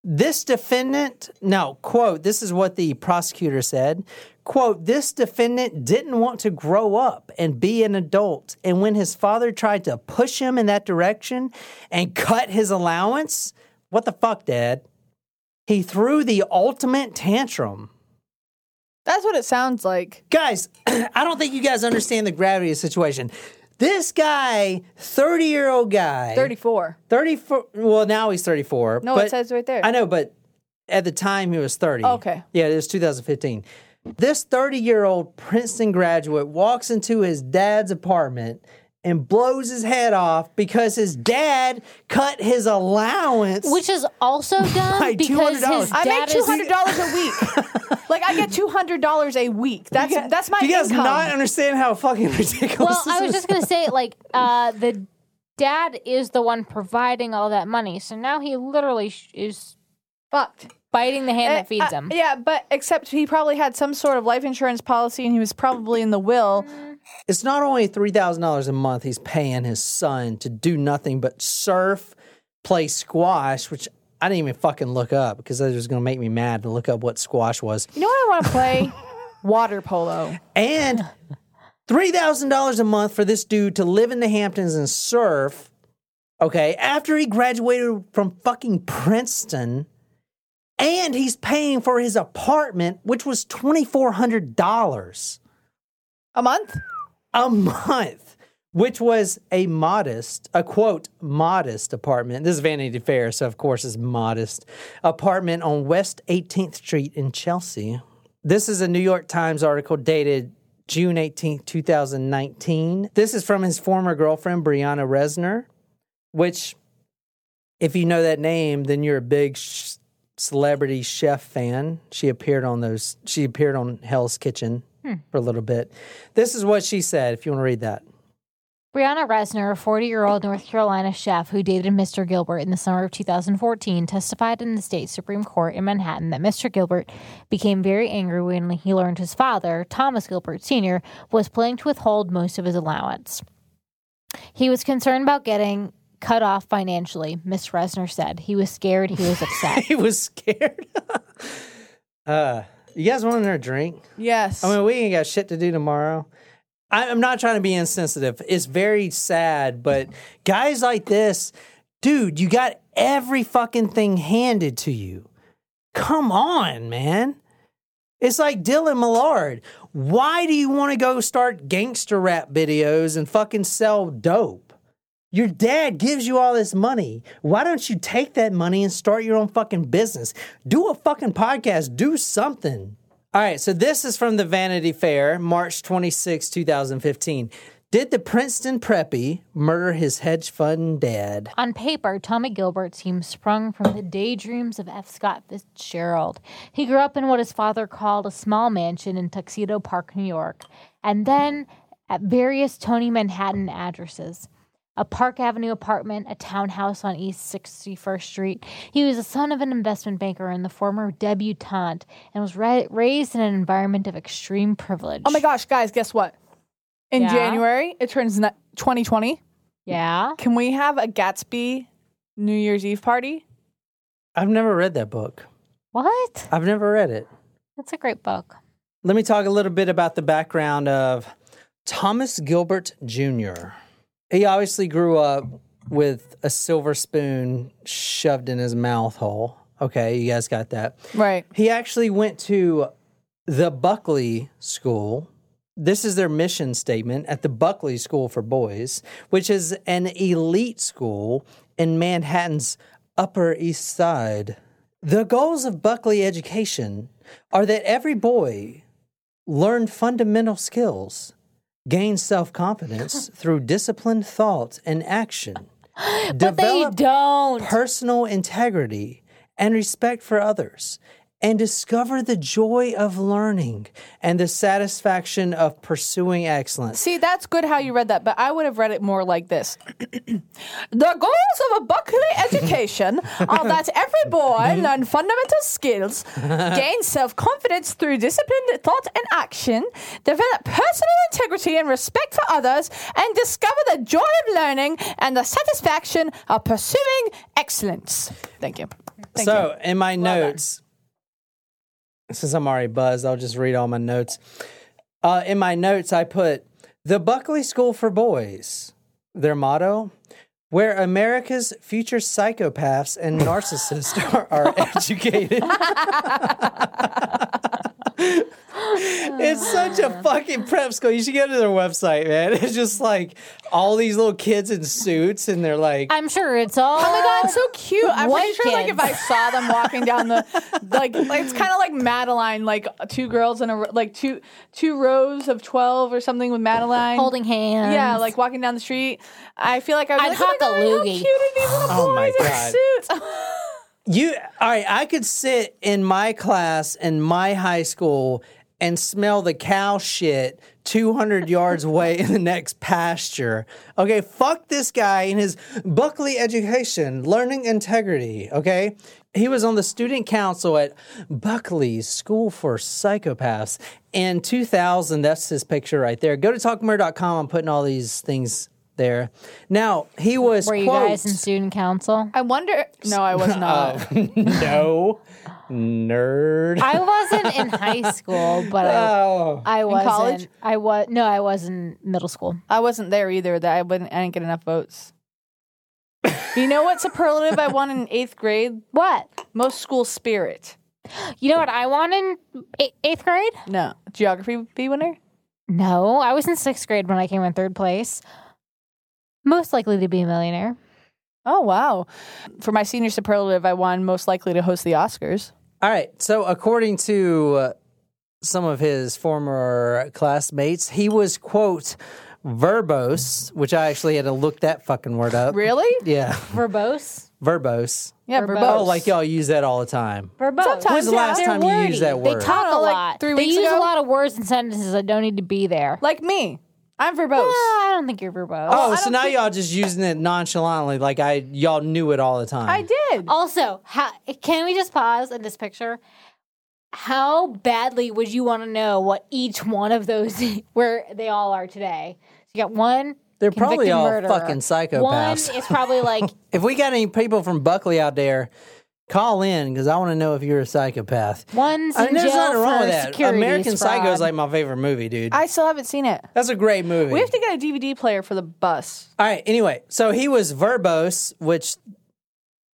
This defendant, no, quote, this is what the prosecutor said. Quote, this defendant didn't want to grow up and be an adult. And when his father tried to push him in that direction and cut his allowance, what the fuck, Dad? He threw the ultimate tantrum. That's what it sounds like. Guys, I don't think you guys understand the gravity of the situation. This guy, 30 year old guy. Thirty four. 34 well now he's 34 No, it but- says right there. Oh, i know but at the time he was 30 Okay. yeah it was 2015 this 30 year old princeton graduate walks into his dad's apartment and blows his head off because his dad cut his allowance Which is also By dumb because $200. his I dad make two is- hundred dollars a week. like I get two hundred dollars a week. That's that's my do you guys income. not understand how fucking ridiculous Well, this I was is? just gonna say, like, uh, the dad is the one providing all that money, so now he literally sh- is fucked. biting the hand that Uh, feeds uh, him. yeah, but except he probably had some sort of life insurance policy, and he was probably in the will. it's not only $3,000 a month he's paying his son to do nothing but surf, play squash, which I didn't even fucking look up because that was going to make me mad to look up what squash was. You know what I want to play? Water polo. And $3,000 a month for this dude to live in the Hamptons and surf, okay, after he graduated from fucking Princeton. And he's paying for his apartment, which was $2,400. A month? a month, which was a modest, a quote, modest apartment. This is Vanity Fair, so of course it's modest. Apartment on West 18th Street in Chelsea. This is a New York Times article dated June 18th, 2019. This is from his former girlfriend, Brianna Resner, which, if you know that name, then you're a big sh- celebrity chef fan. She appeared on those, she appeared on Hell's Kitchen for a little bit. This is what she said, if you want to read that. Brianna Resner, a 40 year old North Carolina chef who dated Mr. Gilbert in the summer of 2014, testified in the state Supreme Court in Manhattan that Mr. Gilbert became very angry when he learned his father, Thomas Gilbert Sr., was planning to withhold most of his allowance. He was concerned about getting cut off financially, Miss Resner said. He was scared, he was upset. he was scared. uh, you guys want another drink? Yes. I mean, we ain't got shit to do tomorrow. I, I'm not trying to be insensitive. It's very sad, but guys like this, dude, you got every fucking thing handed to you. Come on, man. It's like Dylan Millard. Why do you want to go start gangster rap videos and fucking sell dope? Your dad gives you all this money. Why don't you take that money and start your own fucking business? Do a fucking podcast. Do something. All right, so this is from the Vanity Fair, March 26, 2015. Did the Princeton preppy murder his hedge fund dad? On paper, Tommy Gilbert seems sprung from the daydreams of F. Scott Fitzgerald. He grew up in what his father called a small mansion in Tuxedo Park, New York, and then at various Tony Manhattan addresses. A Park Avenue apartment, a townhouse on East 61st Street. He was the son of an investment banker and the former debutante, and was ra- raised in an environment of extreme privilege. oh my gosh, guys, guess what? In Yeah? January, it turns ni- 2020. Yeah. Can we have a Gatsby New Year's Eve party? I've never read that book. What? I've never read it. That's a great book. Let me talk a little bit about the background of Thomas Gilbert Jr. He obviously grew up with a silver spoon shoved in his mouth hole. Okay, you guys got that. Right. He actually went to the Buckley School. This is their mission statement at the Buckley School for Boys, which is an elite school in Manhattan's Upper East Side. The goals of Buckley education are that every boy learn fundamental skills, gain self confidence through disciplined thought and action, But they don't. personal integrity and respect for others and discover the joy of learning and the satisfaction of pursuing excellence. See, that's good how you read that, but I would have read it more like this. the goals of a Buckley education are that every boy learn fundamental skills, gain self confidence through disciplined thought and action, develop personal integrity and respect for others, and discover the joy of learning and the satisfaction of pursuing excellence. Thank you. Thank so, in my Well done. notes, since I'm already buzzed, I'll just read all my notes. Uh, in my notes, I put the Buckley School for Boys, their motto, where America's future psychopaths and narcissists are, are educated. it's such a fucking prep school. You should go to their website, man. It's just like all these little kids in suits, and they're like, I'm sure it's all. Oh my god, so cute! I'm pretty White sure, like, if kids. I saw them walking down the, like, like it's kind of like Madeline, like two girls in a ro- like two two rows of twelve or something with Madeline holding hands. Yeah, like walking down the street. I feel like I I'd was like, oh my hock a God, how loogie." cute are these little Oh my boys in God. suits? You all right? I could sit in my class in my high school and smell the cow shit 200 yards away in the next pasture. Okay, fuck this guy and his Buckley education, learning integrity. Okay, he was on the student council at Buckley School for Psychopaths in 2000. That's his picture right there. Go to talkmore.com. I'm putting all these things there. Now he was Were you quote, guys in student council? I wonder. No, I was not. no, nerd. I wasn't in high school, but I, Oh, I was college? I was no, I was in middle school. I wasn't there either. That I wouldn't. I didn't get enough votes. you know what superlative I won in eighth grade? What? Most school spirit. You know what I won in eight, eighth grade? No, geography B winner. No, I was in sixth grade when I came in third place. Most likely to be a millionaire. Oh wow! For my senior superlative, I won most likely to host the Oscars. all right. So, according to uh, some of his former classmates, he was quote verbose, which I actually had to look that fucking word up. Really? Yeah, Verbose. verbose. Yeah, Verbose. verbose. Oh, like y'all use that all the time. Verbose. Sometimes, When's the yeah. last They're time you used wordy. that word? They talk I don't know, a like lot. three they weeks use ago? a lot of words and sentences that don't need to be there. like me. I'm verbose. I don't think you're verbose. Oh, so now y'all just using it nonchalantly, like I y'all knew it all the time. I did. Also, how, can we just pause in this picture? How badly would you want to know what each one of those where they all are today? So you got one. They're probably convicted all murderer. fucking psychopaths. One is probably like If we got any people from Buckley out there, call in because I want to know if you're a psychopath. one's in I mean, there's jail nothing wrong for with that. securities American fraud. Psycho is like my favorite movie, dude. I still haven't seen it. That's a great movie. We have to get a DVD player for the bus. All right. Anyway, so he was verbose, which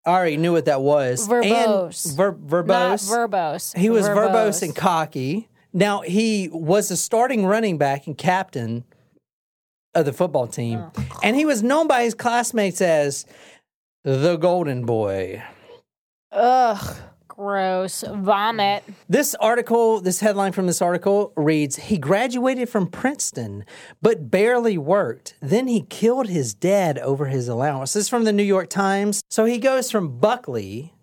I already knew what that was. Verbose. And ver- not verbose. verbose. he was verbose. and cocky. Now he was the starting running back and captain of the football team, and he was known by his classmates as the Golden Boy. Ugh. gross. Vomit. This article, this headline from this article reads He graduated from Princeton, but barely worked. Then he killed his dad over his allowance. This is from the New York Times. So he goes from Buckley,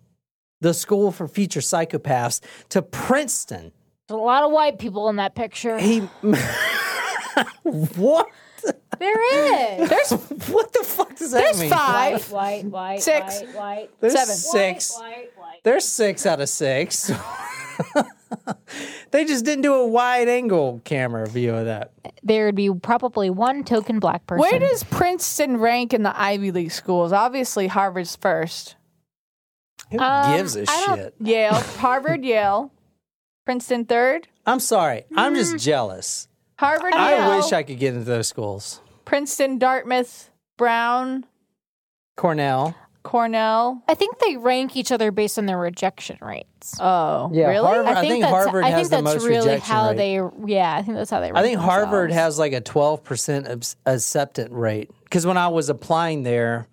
the school for future psychopaths, to Princeton. There's a lot of white people in that picture. He. what? there is. There's What the fuck does that there's mean? White, five. white, white, Six. white, white, There's Seven. six. white, white. There's six out of six. they just didn't do a wide angle camera view of that. There would be probably one token black person. Where does Princeton rank in the Ivy League schools? Obviously, Harvard's first. Who Um, gives a I don't- shit? Yale, Harvard, Yale, Princeton third, I'm sorry. I'm Mm. just jealous. Harvard, Yale, I wish I could get into those schools. Princeton, Dartmouth, Brown, Cornell. Cornell. I think they rank each other based on their rejection rates. Oh, really? Harvard, I think, that's, Harvard I has think the that's most really rejection how rate. they. Yeah, I think that's how they. Rank I think Harvard themselves. has like a 12% abs- acceptance rate. Because when I was applying there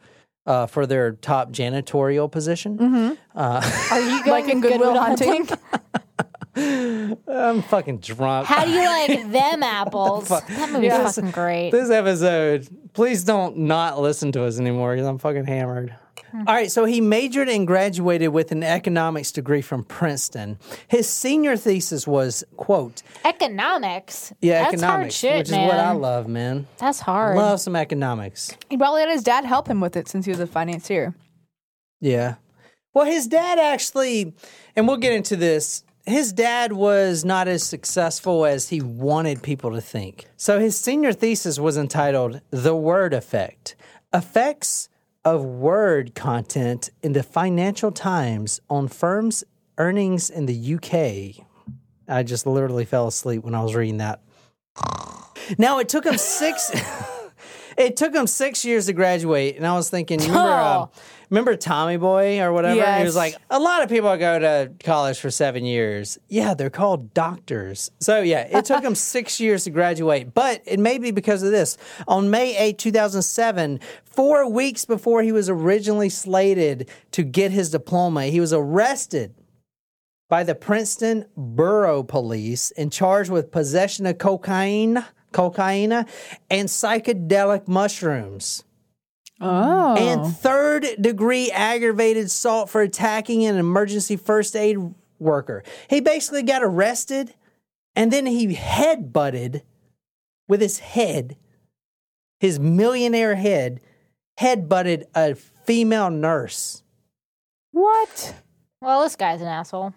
uh, for their top janitorial position, Mm-hmm. Are you Like going in to Goodwill Hunting? I'm fucking drunk. How do you like them apples? that movie's Yeah. fucking great. this episode, please don't not listen to us anymore because I'm fucking hammered. Hmm. All right, so he majored and graduated with an economics degree from Princeton. His senior thesis was, quote, economics. yeah, that's hard economics, shit, which man. is what I love, man. That's hard. Love some economics. He probably had his dad help him with it since he was a financier. Yeah. Well, his dad actually, and we'll get into this. His dad was not as successful as he wanted people to think. So his senior thesis was entitled The Word Effect Effects of Word Content in the Financial Times on Firms' Earnings in the UK. I just literally fell asleep when I was reading that. Now, it took him six. It took him six years to graduate, and I was thinking, you remember, um, remember Tommy Boy or whatever? He Yes. was like, a lot of people go to college for seven years. Yeah, they're called doctors. So yeah, it took him six years to graduate, but it may be because of this. On May 8, 2007, four weeks before he was originally slated to get his diploma, he was arrested by the Princeton Borough Police and charged with possession of cocaine, cocaine, and psychedelic mushrooms. Oh, And third degree aggravated assault for attacking an emergency first aid worker. He basically got arrested and then he headbutted with his head, his millionaire head, headbutted a female nurse. what? well, this guy's an asshole.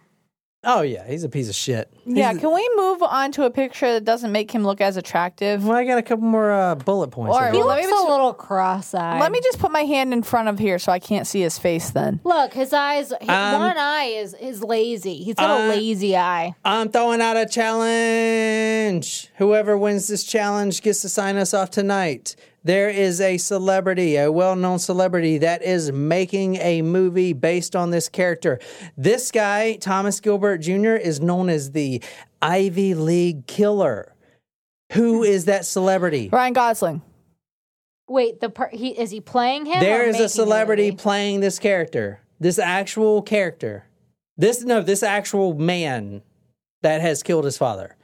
Oh, yeah, he's a piece of shit. Yeah, can we move on to a picture that doesn't make him look as attractive? Well, I got a couple more uh, bullet points. All here. right, He Well, let looks me a just- little cross-eyed. Let me just put my hand in front of here so I can't see his face then. look. His eyes. His, Um, uh, one eye is is lazy. He's got a I- lazy eye. I'm throwing out a challenge. Whoever wins this challenge gets to sign us off tonight. There is a celebrity, a well known celebrity, that is making a movie based on this character. This guy, Thomas Gilbert Jr., is known as the Ivy League Killer. Who is that celebrity? Ryan Gosling. Wait, the per- he is he playing him? or There is making a celebrity movie? playing this character, this actual character. This no, this actual man that has killed his father.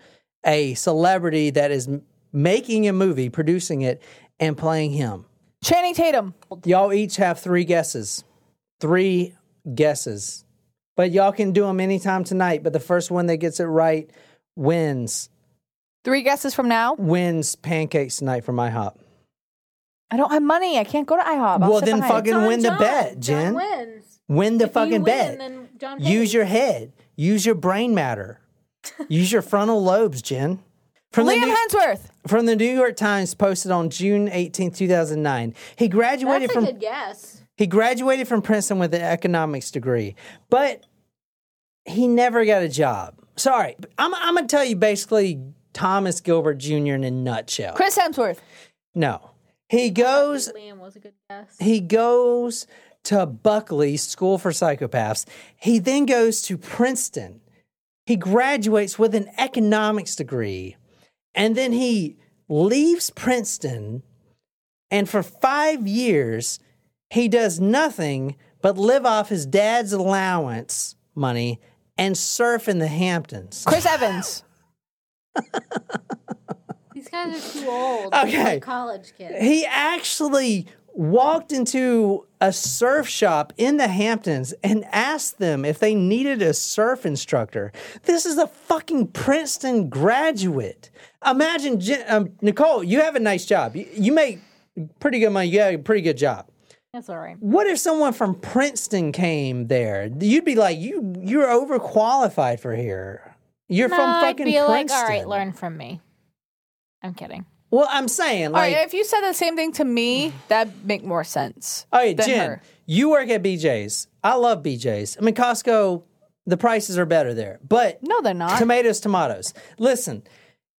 A celebrity that is m- making a movie, producing it, and playing him. Channing Tatum. Y'all each have three guesses, three guesses, but y'all can do them anytime tonight. But the first one that gets it right wins. Three guesses from now. Wins pancakes night from IHOP. I don't have money. I can't go to IHOP. I'll well, sit then behind. fucking win the bet, Jen. wins. Win the If you fucking win, bet. then John Use pays. your head. Use your brain matter. Use your frontal lobes, Jen. From Liam the New- Hemsworth. from the New York Times posted on June 18, 2009. He graduated from guess. he graduated from Princeton with an economics degree, but he never got a job. Sorry, I'm I'm going to tell you basically Thomas Gilbert Jr. in a nutshell. Chris Hemsworth. No. He goes Liam was a good guess. he goes to Buckley School for Psychopaths. He then goes to Princeton. He graduates with an economics degree. And then he leaves Princeton. And for five years, he does nothing but live off his dad's allowance money and surf in the Hamptons. Chris Evans. These guys are too old. Okay. They're college kids. He actually walked into a surf shop in the Hamptons and asked them if they needed a surf instructor. This is a fucking Princeton graduate. Imagine, Jen- um, Nicole, you have a nice job. You, you make pretty good money. You have a pretty good job. That's all right. What if someone from Princeton came there? You'd be like, you you're overqualified for here. You're No, from I'd fucking be like, Princeton. all right, learn from me. I'm kidding. Well, I'm saying, All like, right, if you said the same thing to me, that'd make more sense. Oh yeah, than Jen, her. you work at BJ's. I love BJ's. I mean, Costco, the prices are better there, but No, they're not. tomatoes, tomatoes. Listen,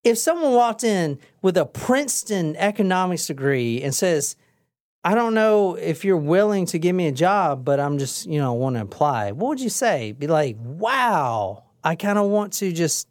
if someone walked in with a Princeton economics degree and says, "I don't know if you're willing to give me a job, but I'm just, you know, want to apply," what would you say? Be like, "Wow, I kind of want to just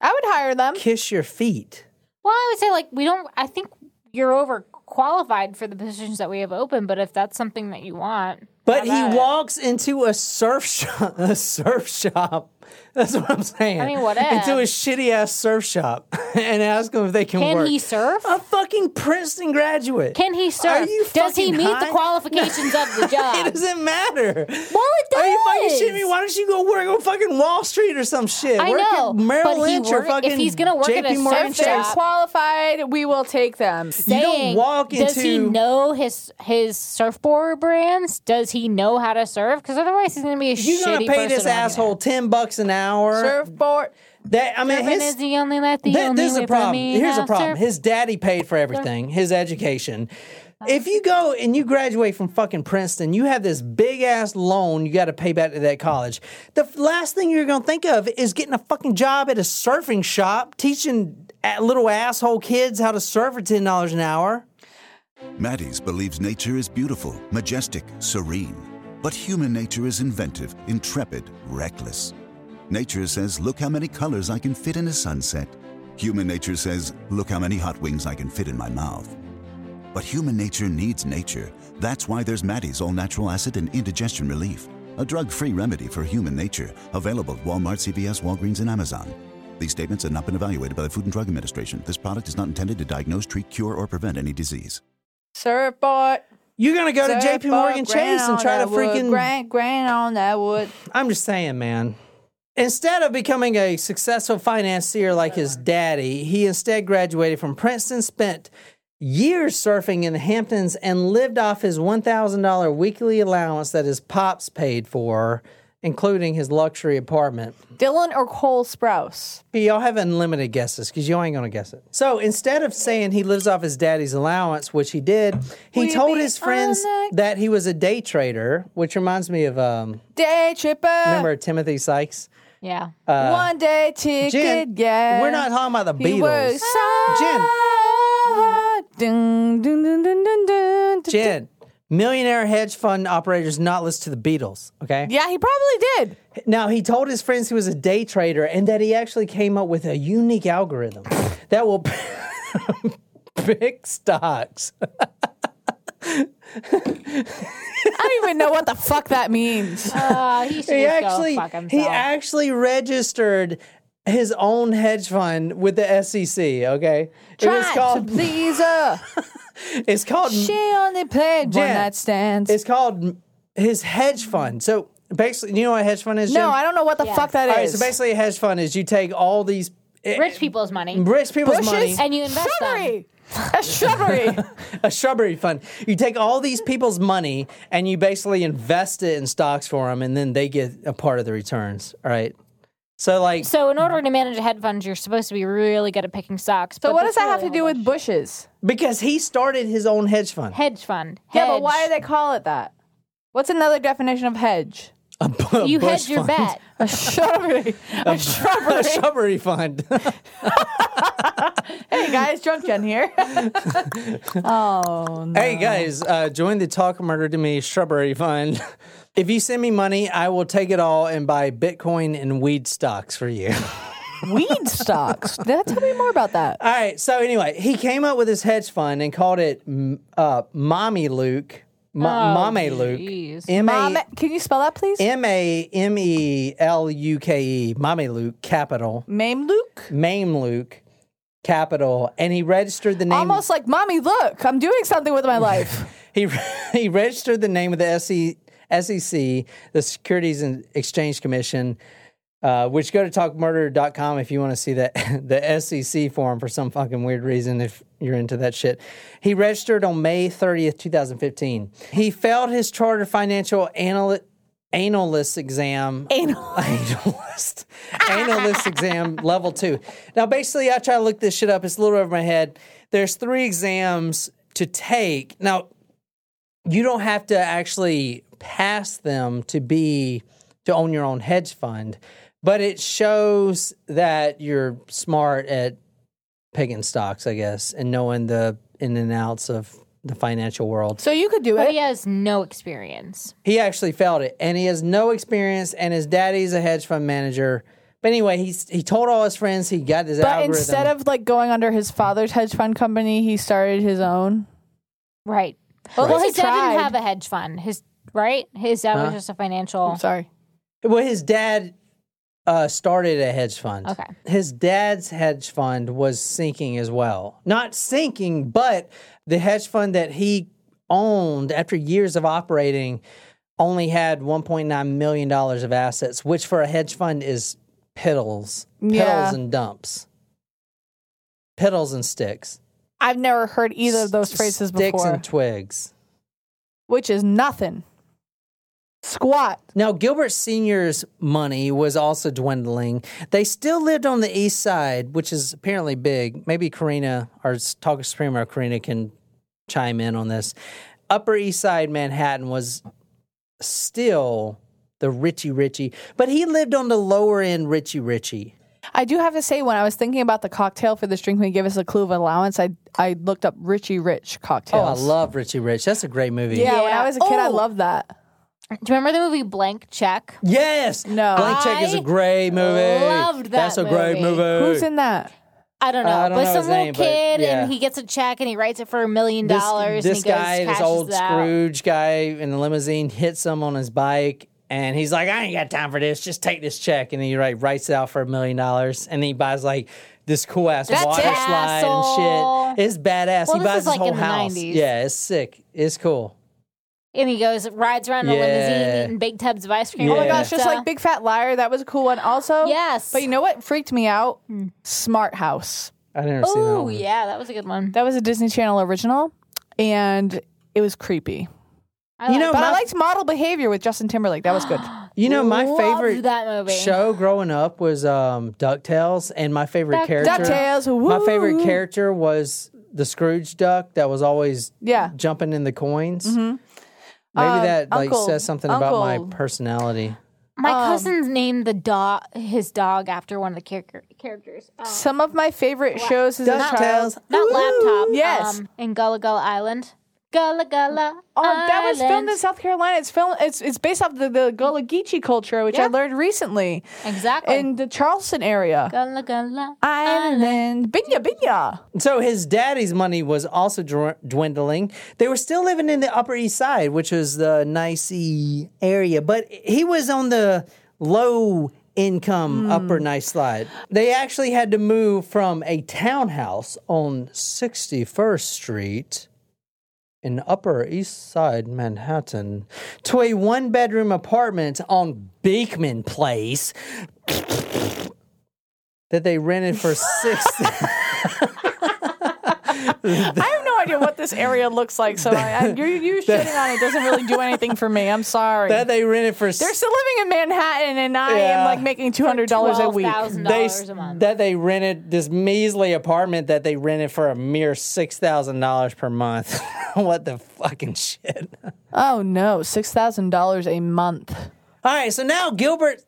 I would hire them. kiss your feet." Well, I would say like we don't. I think you're overqualified for the positions that we have open. But if that's something that you want, But How about he it? walks into a surf shop. A surf shop. That's what I'm saying. I mean, what if? Into a shitty ass surf shop and ask them if they can, can work. he surf? a fucking Princeton graduate. Can he Are surf? you Does he fucking meet high? the qualifications of the It job? doesn't matter. Well, it Are you fucking does. shitting me? Why don't you go work on fucking Wall Street or some shit? I work know, at Merrill but he Lynch or work- if fucking he's gonna work at JP a Morgan surf They're shop- Chase. qualified. We will take them. You don't Saying, walk Does he into- know his his surfboard brands? Does he know how to surf? Because otherwise, he's gonna be a You're gonna shitty pay person this working there. asshole ten bucks an hour. Surfboard. That I mean, Urban his, is the only let the Th- only this is way a for problem. me Here's a to problem. surf. His daddy paid for everything, his education. If you go and you graduate from fucking Princeton, you have this big ass loan you got to pay back to that college. The f- last thing you're going to think of is getting a fucking job at a surfing shop teaching a- little asshole kids how to surf for $10 an hour. Maddie's believes nature is beautiful, majestic, serene. But human nature is inventive, intrepid, reckless. Nature says, Look how many colors I can fit in a sunset. Human nature says, Look how many hot wings I can fit in my mouth. But human nature needs nature. That's why there's Maddie's All Natural Acid and Indigestion Relief, a drug free remedy for human nature, available at Walmart, CVS, Walgreens, and Amazon. These statements have not been evaluated by the Food and Drug Administration. This product is not intended to diagnose, treat, cure, or prevent any disease. Surfboard. You're going to go to JP Morgan surfboard, grand Chase and on try to that wood, freaking. grand, grand on that wood. I'm just saying, man. Instead of becoming a successful financier like his daddy, he instead graduated from Princeton, spent years surfing in the Hamptons, and lived off his $1,000 weekly allowance that his pops paid for, including his luxury apartment. Dylan or Cole Sprouse. Y'all have unlimited guesses because y'all ain't gonna guess it. So instead of saying he lives off his daddy's allowance, which he did, he We told be his friends on the- that he was a day trader, which reminds me of um, Day tripper. remember Timothy Sykes. yeah. Uh, One day ticket. Jen, yeah. we're not talking about the He Beatles. works so Jen, hard. Dun, dun, dun, dun, dun, dun, dun. Jen, millionaire hedge fund operators not listen to the Beatles. Okay. Yeah, he probably did. Now he told his friends he was a day trader and that he actually came up with a unique algorithm that will pick stocks. I don't even know what the fuck that means. Uh, he should He just actually go fuck himself. he actually registered his own hedge fund with the SEC. Okay. it was Try called. to please her. It's called. She only played one Jen, night stands. It's called his hedge fund. So basically, you know what a hedge fund is? Jen? No, I don't know what the fuck that is. All right, so basically, a hedge fund is you take all these Rich people's money. Rich people's money. Bushes? And you invest them. shrubbery. A shrubbery. a shrubbery fund. You take all these people's money and you basically invest it in stocks for them, and then they get a part of the returns. All right. So like, So in order to manage a hedge fund, you're supposed to be really good at picking stocks. so but what does that's that have really to do a with bushes? because he started his own hedge fund, hedge fund? Yeah, but why do Hedge. they call it that? What's another definition of hedge? a bu- you bush hedge your fund. bet? A shrubbery. a a shrubbery. shrubbery fund. hey guys, drunk Jen here. oh, no. hey guys, uh, join the Talk Murder to Me shrubbery fund. If you send me money, I will take it all and buy Bitcoin and weed stocks for you. weed stocks. Now Tell me more about that. All right. So anyway, he came up with his hedge fund and called it m- uh, Mommy Luke, M- Oh, Mommy Luke, jeez. M Mom, A can you spell that, please? M A M E L U K E, Mommy Luke, capital Mame Luke. Mame Luke, capital, and he registered the name. Almost like, mommy, look, I'm doing something with my life. he he registered the name of the E, SEC, SEC the Securities and Exchange Commission, uh, which go to talkmurder.com if you want to see that the SEC form for some fucking weird reason if you're into that shit. He registered on May 30th, 2015. He failed his chartered financial analyst analyst exam analyst analyst exam level two now basically i try to look this shit up it's a little over my head there's three exams to take now you don't have to actually pass them to be to own your own hedge fund but it shows that you're smart at picking stocks i guess and knowing the in and outs of the financial world so you could do But it. he has no experience. he actually failed it and he has no experience and his daddy's a hedge fund manager but anyway he's, he told all his friends he got this But algorithm instead of like going under his father's hedge fund company, he started his own. Right. Well, Well, he his dad tried. didn't have a hedge fund. His right. His dad Huh? was just a financial. I'm sorry. Well, his dad uh, started a hedge fund. Okay. His dad's hedge fund was sinking as well. Not sinking, but the hedge fund that he owned after years of operating only had $1.9 million of assets, which for a hedge fund is piddles, piddles Yeah. and dumps, piddles and sticks, I've never heard either of those S- phrases sticks before, and twigs. which is nothing. Squat. Now, Gilbert Sr.'s money was also dwindling. They still lived on the east side, which is apparently big. Maybe Karina, our Talk of Supreme, or Karina can chime in on this. Upper East Side Manhattan was still the Richie Richie, but he lived on the lower end Richie Richie. I do have to say, when I was thinking about the cocktail for this drink, when you give us a clue of allowance, I I looked up Richie Rich Oh, I cocktails. love Richie Rich. That's a great movie. Yeah, when Yeah. I was a kid, I Oh. loved that. Do you remember the movie Blank Check? Yes. No. Blank Check is a great movie. loved that That's a great movie. movie. Who's in that? I don't know, Uh, I don't but know some his little name, but kid yeah. and he gets a check and he writes it for a million This- dollars. This, and he goes, guy, this cashes old it out. Scrooge guy in the limousine, hits him on his bike, and he's like, "I ain't got time for this. Just take this check." And he like writes it out for a million dollars, and he buys like this cool ass That's water it. slide and shit. It's badass. Well, he this buys is, his like, whole in the house. 90s. Yeah, it's sick. It's cool. And he goes rides around in a Yeah. limousine eating big tubs of ice cream. Oh my Oh my gosh, just So- like Big Fat Liar, that was a cool one. Also, Yes. Hmm. But you know what freaked me out? Smart House. I never seen that Oh one. yeah, that was a good one. That was a Disney Channel original, and it was creepy. I You know, But my- I liked Model Behavior with Justin Timberlake. That was good. You know, my Loved favorite that movie. show growing up was um, Ducktales, and my favorite Duck- character. DuckTales, My favorite woo. character was the Scrooge duck that was always Yeah. Mm-hmm. jumping in the coins. Maybe Um, that like Uncle- says something about Uncle- my personality. My cousin named the dog his dog after one of the char- characters. Um, Some of my favorite shows as a child. not laptop. Yes. um, in Gullah Gullah Island. Gullah Gullah. Oh, that was filmed Island. in South Carolina. It's filmed. It's it's based off the, the Gullah Geechee culture, which I Yeah. Oh. learned recently exactly. in the Charleston area. Gullah Gullah Island, binya binya. So his daddy's money was also dr- dwindling. They were still living in the Upper East Side, which was the nicey area, but he was on the low income Upper Nice Side. They actually had to move from a townhouse on 61st Street in Upper East Side Manhattan to a one bedroom apartment on Beekman Place. that they rented for six. I have no idea what this area looks like, so I, I, you're, you're shitting on it. Doesn't really do anything for me. I'm sorry. that they rented for They're still living in Manhattan, and I Yeah. am like making two hundred dollars a week. they, $12,000 a month. that they rented this measly apartment that they rented for a mere six thousand dollars per month. what the fucking shit! Oh no, six thousand dollars a month. All right, so now Gilbert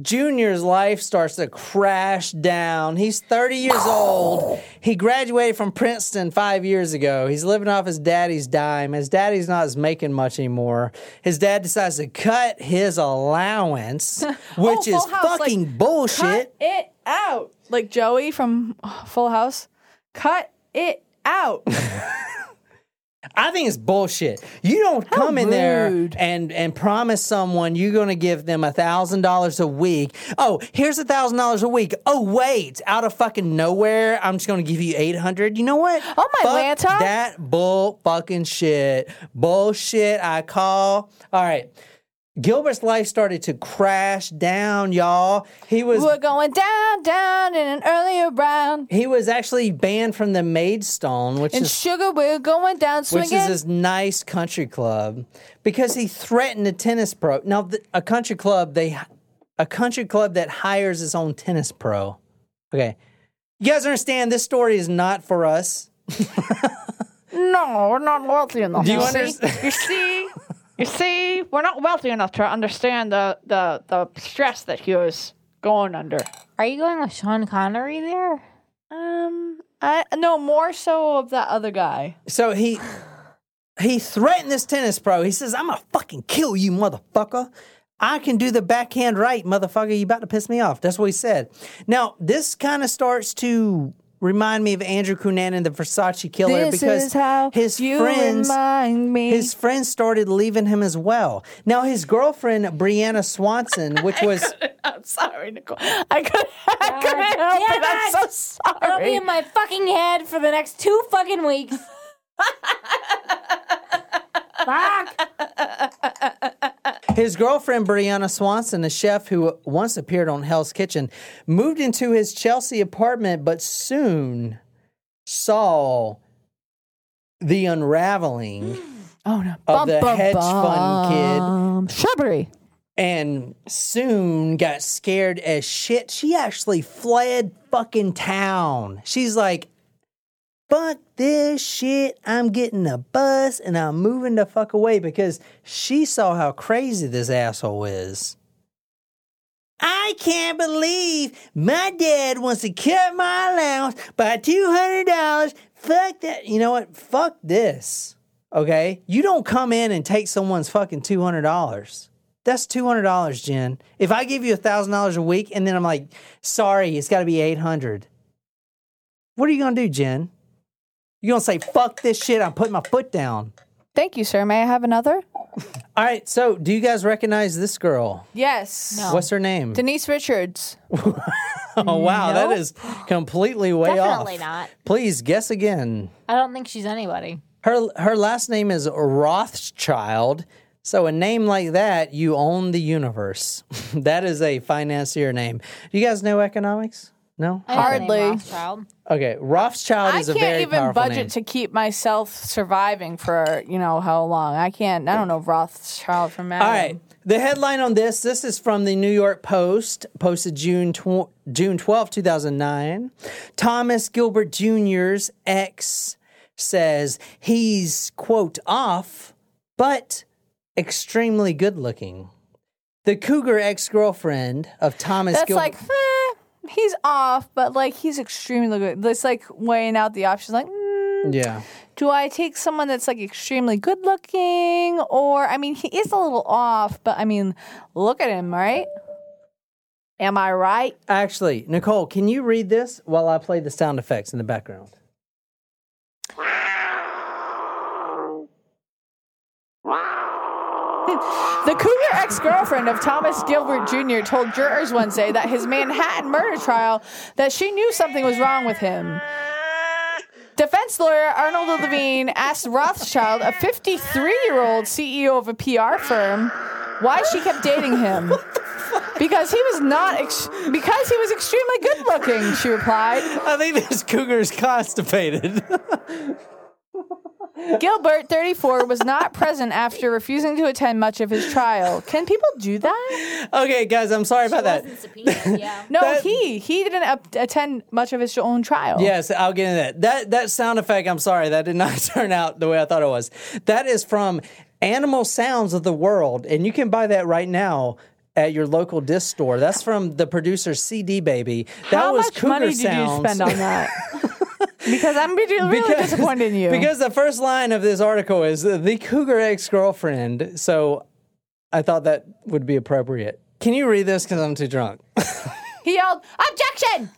Jr.'s life starts to crash down. He's 30 years old. He graduated from Princeton five years ago. He's living off his daddy's dime. His daddy's not as making much anymore. His dad decides to cut his allowance, which Oh, Full is House, like, fucking bullshit. Cut it out, like Joey from Full House. Cut it out. I think it's bullshit. You don't come in there rude. and and promise someone you're going to give them a thousand dollars a week. Oh, here's a thousand dollars a week. Oh wait, out of fucking nowhere, I'm just going to give you eight hundred. You know what? Oh, my Fuck Lanta. That bull fucking shit. Bullshit. I call. All right. Gilbert's life started to crash down, y'all. He was We're going down, down in an earlier round. he was actually banned from the Maidstone, which And is sugar, we're going down swinging. which is this nice country club because he threatened a tennis pro. Now th- a country club they a country club that hires its own tennis pro. Okay. You guys understand this story is not for us. no, we're not wealthy enough. Do you See? understand? You see, you see, we're not wealthy enough to understand the the the stress that he was going under. Are you going with Sean Connery there? Um, I no more so of that other guy. So he he threatened this tennis pro. He says, "I'm gonna fucking kill you, motherfucker. I can do the backhand right, motherfucker. You about to piss me off." That's what he said. Now this kind of starts to remind me of Andrew Cunanan, the Versace killer, This because is how his you friends. remind me. His friends started leaving him as well. Now his girlfriend Brianna Swanson, which was I'm sorry, Nicole. I couldn't, I couldn't help damn it. I'm so it. I'll be sorry. in my fucking head for the next two fucking weeks. Fuck. His girlfriend, Brianna Swanson, a chef who once appeared on Hell's Kitchen, moved into his Chelsea apartment, but soon saw the unraveling oh no! of the hedge fund kid. Shrubbery. and soon got scared as shit. She actually fled fucking town. She's like, fuck this shit. I'm getting a bus and I'm moving the fuck away because she saw how crazy this asshole is. I can't believe my dad wants to cut my allowance by $200. Fuck that. You know what? Fuck this. Okay? You don't come in and take someone's fucking $200. That's $200, Jen. If I give you $1,000 a week and then I'm like, sorry, it's got to be 800 What are you going to do, Jen? You're going to say, fuck this shit. I'm putting my foot down. Thank you, sir. May I have another? All right. So, do you guys recognize this girl? Yes. No. What's her name? Denise Richards. Oh wow, that is completely way Definitely off. not. Please guess again. I don't think she's anybody. Her her last name is Rothschild. So a name like that, you own the universe. that is a financier name. Do you guys know economics? No. I know the name Hardly. Rothschild. Okay, Rothschild I is a can't very even powerful budget name. to keep myself surviving for you know how long. I can't. I don't know Rothschild from Adam. All right. The headline on this this is from the New York Post, posted June tw- June 12, 2009. Thomas Gilbert Jr.'s ex says he's, quote, off, but extremely good looking. The cougar ex girlfriend of Thomas That's Gilbert. like eh, he's off, but like he's extremely good. It's like weighing out the options. Like, mm, yeah. do I take someone that's like extremely good looking, or I mean, he is a little off, but I mean, look at him, right? Am I right? Actually, Nicole, can you read this while I play the sound effects in the background? The cougar ex girlfriend of Thomas Gilbert Jr. told jurors Wednesday that his Manhattan murder trial that she knew something was wrong with him. Defense lawyer Arnold Levine asked Rothschild, a E 53 year old CEO of a PR firm, why she kept dating him. because he was not ex- because he was extremely good looking. She replied. I think this cougar is constipated. Gilbert, 34, was not present after refusing to attend much of his trial. Can people do that? okay, guys, I'm sorry about that. Wasn't subpoenaed, yeah. No, That- he he didn't ap- attend much of his own trial. Yes, I'll get into that. That that sound effect, I'm sorry, that did not turn out the way I thought it was. That is from Animal Sounds of the World, and you can buy that right now at your local disc store. That's from the producer CD Baby. That How was much Cougar money Sounds. did you spend on that? because I'm be- really disappointed in you. Because the first line of this article is the cougar ex girlfriend. So I thought that would be appropriate. Can you read this? Because I'm too drunk. He yelled, Objection!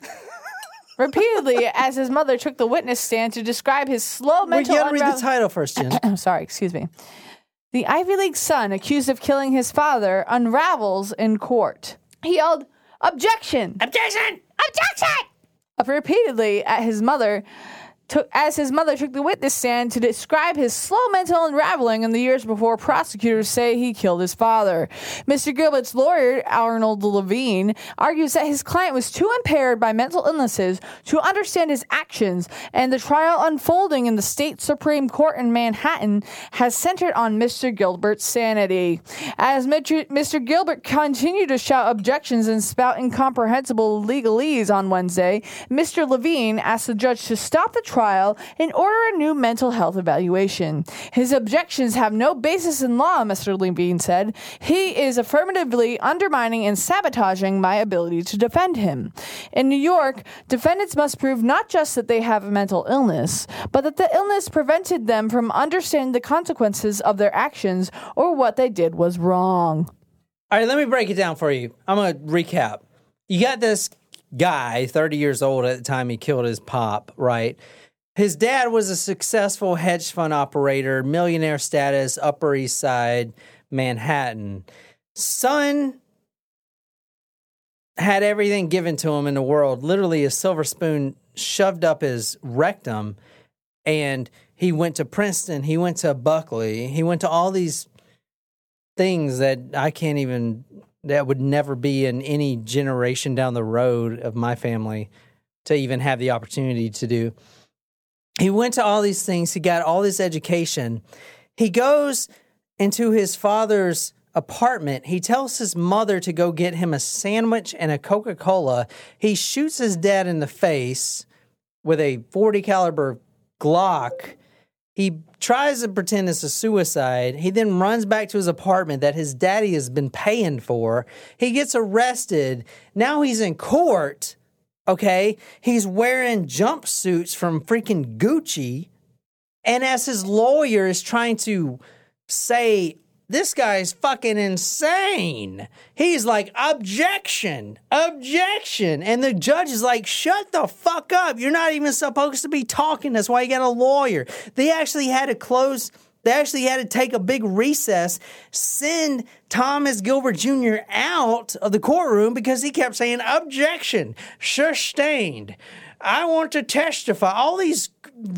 Repeatedly, as his mother took the witness stand to describe his slow We mental gotta read the unravel- title first, Jen. I'm sorry, excuse me. The Ivy League son accused of killing his father unravels in court. He yelled, Objection! Objection! Objection! repeatedly at his mother took as his mother took the witness stand to describe his slow mental unraveling in the years before prosecutors say he killed his father. Mr. Gilbert's lawyer, Arnold Levine, argues that his client was too impaired by mental illnesses to understand his actions, and the trial unfolding in the state Supreme Court in Manhattan has centered on Mr. Gilbert's sanity. As Mitr- Mr. Gilbert continued to shout objections and spout incomprehensible legalese on Wednesday, Mr. Levine asked the judge to stop the trial and order a new mental health evaluation. His objections have no basis in law, Mr. Levine said. He is affirmatively undermining and sabotaging my ability to defend him. In New York, defendants must prove not just that they have a mental illness, but that the illness prevented them from understanding the consequences of their actions or what they did was wrong. All right, let me break it down for you. I'm going to recap. You got this guy, 30 years old at the time he killed his pop, right? His dad was a successful hedge fund operator, millionaire status, Upper East Side, Manhattan. Son had everything given to him in the world, literally a silver spoon shoved up his rectum. And he went to Princeton, he went to Buckley, he went to all these things that I can't even that would never be in any generation down the road of my family to even have the opportunity to do. He went to all these things, he got all this education. He goes into his father's apartment. He tells his mother to go get him a sandwich and a Coca-Cola. He shoots his dad in the face with a 40 caliber Glock. He tries to pretend it's a suicide. He then runs back to his apartment that his daddy has been paying for. He gets arrested. Now he's in court. Okay. He's wearing jumpsuits from freaking Gucci. And as his lawyer is trying to say, this guy's fucking insane. He's like, objection, objection. And the judge is like, shut the fuck up. You're not even supposed to be talking. That's why you got a lawyer. They actually had to close, they actually had to take a big recess, send Thomas Gilbert Jr. out of the courtroom because he kept saying, objection, sustained. I want to testify. All these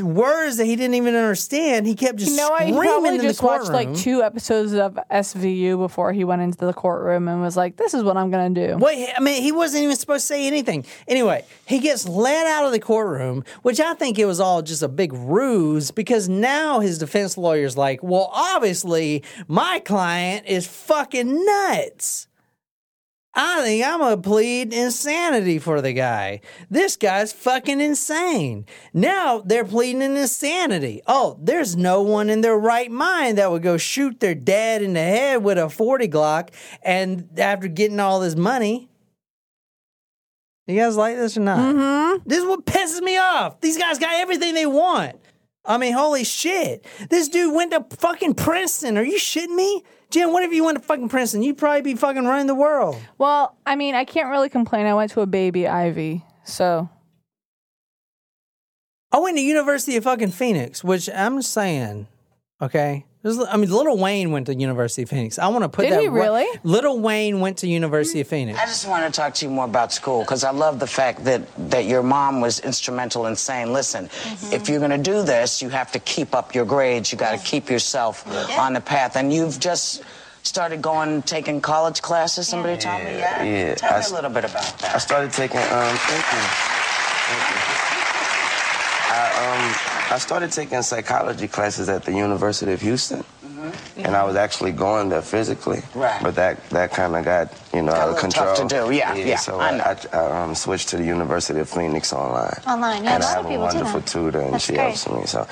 words that he didn't even understand, he kept just You know, I screaming probably in just the courtroom. watched like two episodes of SVU before he went into the courtroom and was like, "This is what I'm gonna do." Wait, I mean, he wasn't even supposed to say anything. Anyway, he gets led out of the courtroom, which I think it was all just a big ruse because now his defense lawyer's like, well, obviously, my client is fucking nuts. I think I'm gonna plead insanity for the guy. This guy's fucking insane. Now they're pleading an insanity. Oh, there's no one in their right mind that would go shoot their dad in the head with a 40 Glock and after getting all this money. You guys like this or not? Mm-hmm. This is what pisses me off. These guys got everything they want. I mean, holy shit. This dude went to fucking Princeton. Are you shitting me? Jim, what if you went to fucking Princeton? You'd probably be fucking running the world. Well, I mean, I can't really complain. I went to a baby Ivy, so I went to University of fucking Phoenix, which I'm just saying, okay. There's, I mean, Little Wayne went to University of Phoenix. I want to put Did that. he ri- really? Little Wayne went to University of Phoenix. I just want to talk to you more about school because I love the fact that, that your mom was instrumental in saying, listen, if you're going to do this, you have to keep up your grades. You got to keep yourself on the path. And you've just started going, taking college classes, somebody told me? Yeah. yeah. Tell I me s- a little bit about that. I started taking um thank you. Thank you. I um I started taking psychology classes at the University of Houston. And I was actually going there physically, Mm-hmm. Right. but that that kind of got you know Got a out of little control. tough to do. Yeah, yeah, So I I, I, I, um, switched to the University of Phoenix online. Online, yeah, and a I lot have of a people do wonderful that. tutor, and That's she great. helps me. So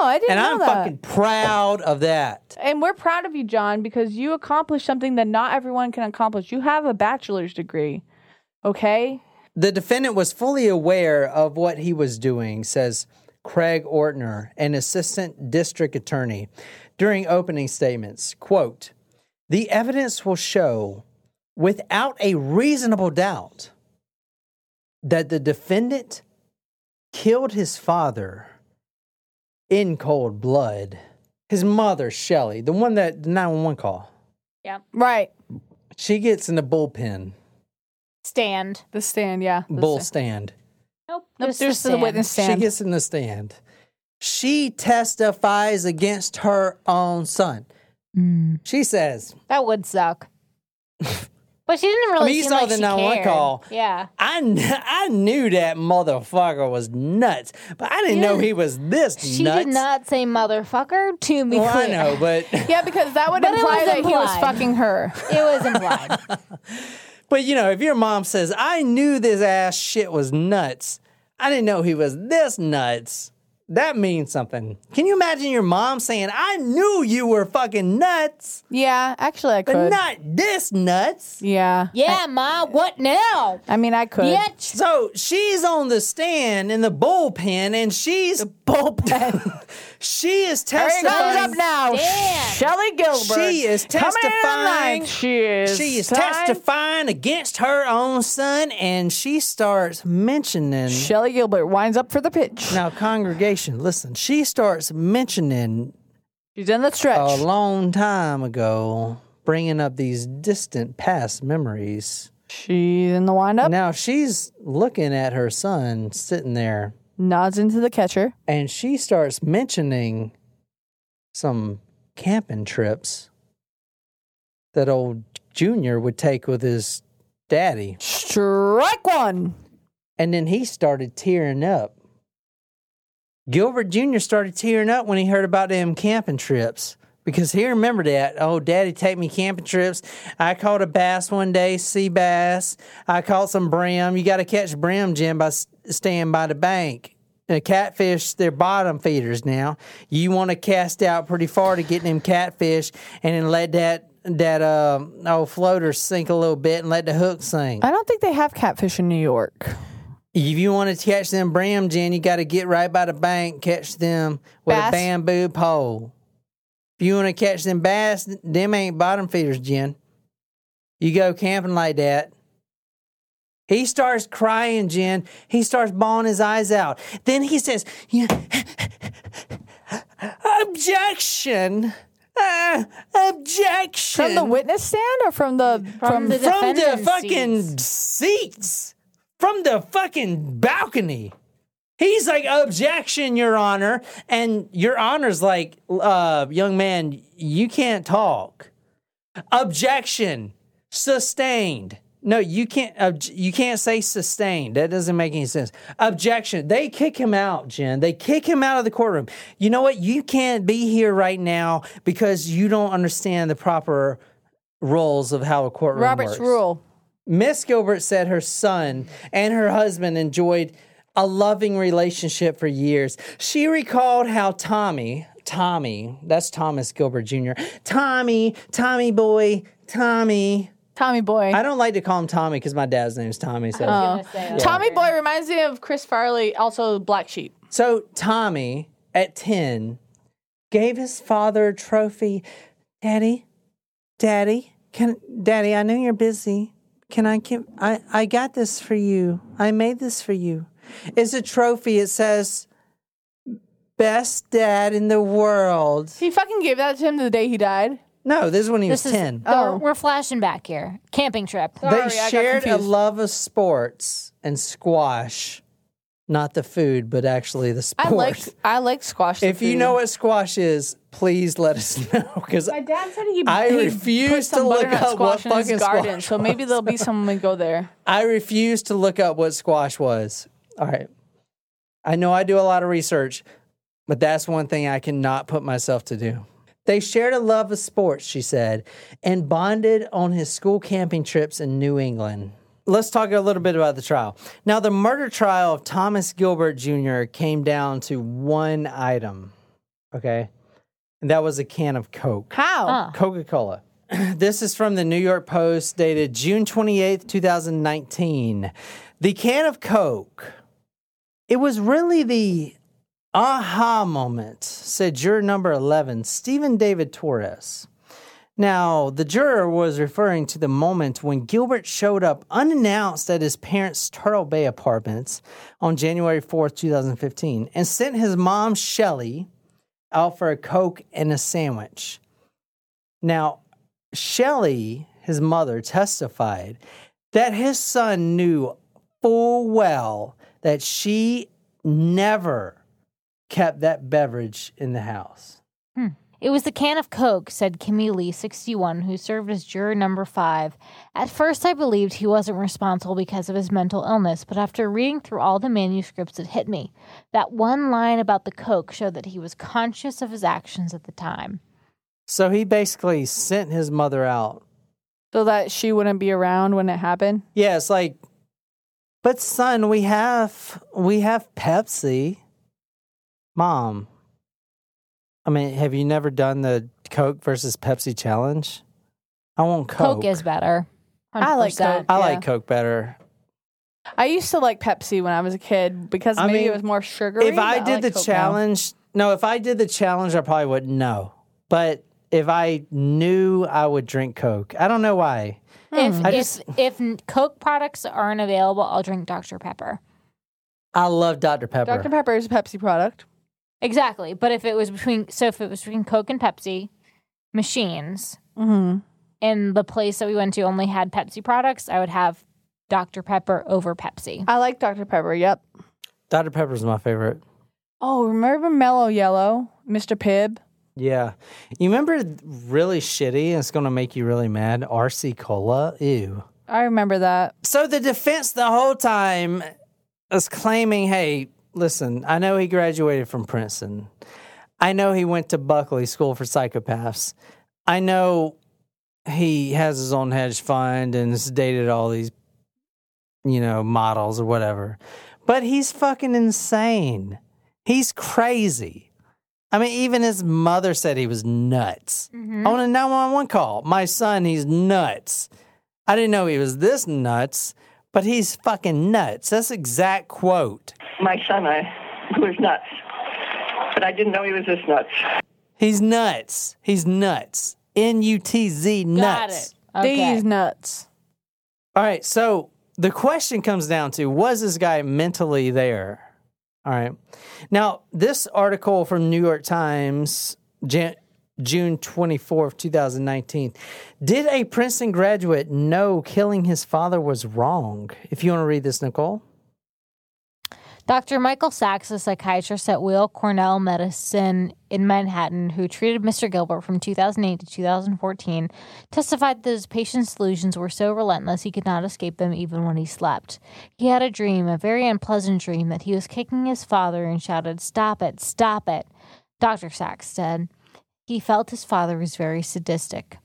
Oh, I didn't And know I'm that. fucking proud of that. and we're proud of you, John, because you accomplished something that not everyone can accomplish. You have a bachelor's degree, okay? The defendant was fully aware of what he was doing, says Craig Ortner, an assistant district attorney, during opening statements. Quote, the evidence will show without a reasonable doubt that the defendant killed his father in cold blood. His mother, Shelly, the one that the 911 call, Right. she gets in the bullpen, Stand. The stand, yeah. The bull stand. stand. Nope. Nope, just there's the stand. witness stand. She gets in the stand. She testifies against her own son. Mm. She says, That would suck. but she didn't really. mean, you seem saw like the she 911 cared. call. Yeah. I, kn- I knew that motherfucker was nuts, but I didn't You know didn't- he was this She nuts. did not say motherfucker to me. well, I know, but yeah, because that would But it imply was that he was implied. fucking her. It was implied. but you know, if your mom says, "I knew this ass shit was nuts," I didn't know he was this nuts. That means something. Can you imagine your mom saying, "I knew you were fucking nuts, Yeah, actually, I but could. not this nuts"? yeah. yeah, ma. What now? I mean, I could. Bitch. So she's on the stand in the bullpen, and she's bullpen. she is Here comes up testifying. now, Stand. Shelly Gilbert. She is Coming in testifying. tonight, She is. She is signed- testifying against her own son, and she starts mentioning. Shelly Gilbert winds up for the pitch. now, congregation, listen. She starts mentioning She's in the stretch. a long time ago, bringing up these distant past memories. She's in the windup. Now she's looking at her son sitting there. Nods into the catcher. and she starts mentioning some camping trips that old Junior would take with his daddy. Strike one. And then he started tearing up. Gilbert Jr. started tearing up when he heard about them camping trips because he remembered that. Oh, daddy, take me camping trips. I caught a bass one day, sea bass. I caught some brim. You got to catch brim, Jim, by s- staying by the bank. And the catfish, they're bottom feeders now. You want to cast out pretty far to get them catfish and then let that. That um old floater sink a little bit and let the hook sink. I don't think they have catfish in New York. If you want to catch them bram, Jen, you got to get right by the bank, catch them with Bass? a bamboo pole. If you want to catch them bass, them ain't bottom feeders, Jen. You go camping like that. He starts crying, Jen. He starts bawling his eyes out. Then he says, "Yeah, Objection! Uh, objection! From the witness stand or from the from, the from the defendant's fucking seats, from the fucking balcony. He's like, objection, Your Honor. And Your Honor's like, uh, young man, you can't talk. Objection, sustained. No, you can't. Obj- you can't say sustained. That doesn't make any sense. Objection. They kick him out, Jen. They kick him out of the courtroom. You know what? You can't be here right now because you don't understand the proper rules of how a courtroom Robert's works. rule? Miss Gilbert said her son and her husband enjoyed a loving relationship for years. She recalled how Tommy, Tommy, that's Thomas Gilbert Jr., Tommy, Tommy boy, Tommy. Tommy Boy. I don't like to call him Tommy because my dad's name's Tommy. So, Tommy Boy reminds me of Chris Farley, also Black Sheep. so Tommy at 10 gave his father a trophy. Daddy, Daddy, can Daddy, I know you're busy. Can I can I, I got this for you. I made this for you. It's a trophy. It says best dad in the world. He fucking gave that to him the day he died. No, this is when he This was is. 10. Oh. We're flashing back here. Camping trip. Sorry, I they got shared a confused. love of sports and squash. Not the food, but actually the sport. I like I like squash. If you know what squash is, please let us know because my dad said he. I he refuse put some to look butternut up what squash in his fucking garden, squash so maybe there'll be someone we go there. I refuse to look up what squash was. All right. I know I do a lot of research, but that's one thing I cannot put myself to do. They shared a love of sports, she said, and bonded on his school camping trips in New England. Let's talk a little bit about the trial. Now, the murder trial of Thomas Gilbert Jr. came down to one item, okay? And that was a can of Coke. How? Coca Cola. this is from the New York Post, dated June 28th, 2019. The can of Coke. It was really the aha moment, said juror number 11, Stephen David Torres. Now, the juror was referring to the moment when Gilbert showed up unannounced at his parents' Turtle Bay apartments on January 4th, 2015, and sent his mom, Shelley, out for a Coke and a sandwich. Now, Shelley, his mother, testified that his son knew full well that she never kept that beverage in the house. Hmm. It was the can of Coke, said Kimmy Lee, 61, who served as juror number five. At first, I believed he wasn't responsible because of his mental illness, but after reading through all the manuscripts, it hit me. That one line about the Coke showed that he was conscious of his actions at the time. So he basically sent his mother out. So that she wouldn't be around when it happened. Yeah, it's like, but son, we have we have Pepsi. Mom, I mean, have you never done the Coke versus Pepsi challenge? I want Coke. Coke is better. I like 100%. Coke. I yeah. like Coke better. I used to like Pepsi when I was a kid because I maybe mean, it was more sugary. if I but did like the Coke now. challenge, no, if I did the challenge, I probably wouldn't know. But if I knew, I would drink Coke. I don't know why. If, Hmm. I if, just if n- Coke products aren't available, I'll drink Dr. Pepper. I love Dr Pepper. Dr. Pepper is a Pepsi product. Exactly. But if it was between, so if it was between Coke and Pepsi machines, Mm-hmm. and the place that we went to only had Pepsi products, I would have Dr. Pepper over Pepsi. I like Dr. Pepper. Yep. Dr Pepper's my favorite. Oh, remember Mellow Yellow, Mr. Pibb? Yeah, you remember really shitty? and It's gonna make you really mad. RC Cola. Ew. I remember that. So the defense the whole time is claiming, hey, listen, I know he graduated from Princeton. I know he went to Buckley School for Psychopaths. I know he has his own hedge fund and has dated all these, you know, models or whatever. But he's fucking insane. He's crazy. I mean, even his mother said he was nuts. On a 911 call, my son, he's nuts. I didn't know he was this nuts, but he's fucking nuts. That's the exact quote. My son, I, who is nuts, but I didn't know he was this nuts. He's nuts. He's nuts. N U T Z nuts. Got it. Okay. These nuts. All right. So the question comes down to was this guy mentally there? All right. Now, this article from New York Times, Jan- June 24th, 2019. Did a Princeton graduate know killing his father was wrong? If you want to read this, Nicole. Dr. Michael Sachs, a psychiatrist at Weill Cornell Medicine in Manhattan, who treated Mr. Gilbert from 2008 to 2014, testified that his patient's delusions were so relentless he could not escape them even when he slept. He had a dream, a very unpleasant dream, that he was kicking his father and shouted, Stop it, stop it. Dr. Sachs said he felt his father was very sadistic.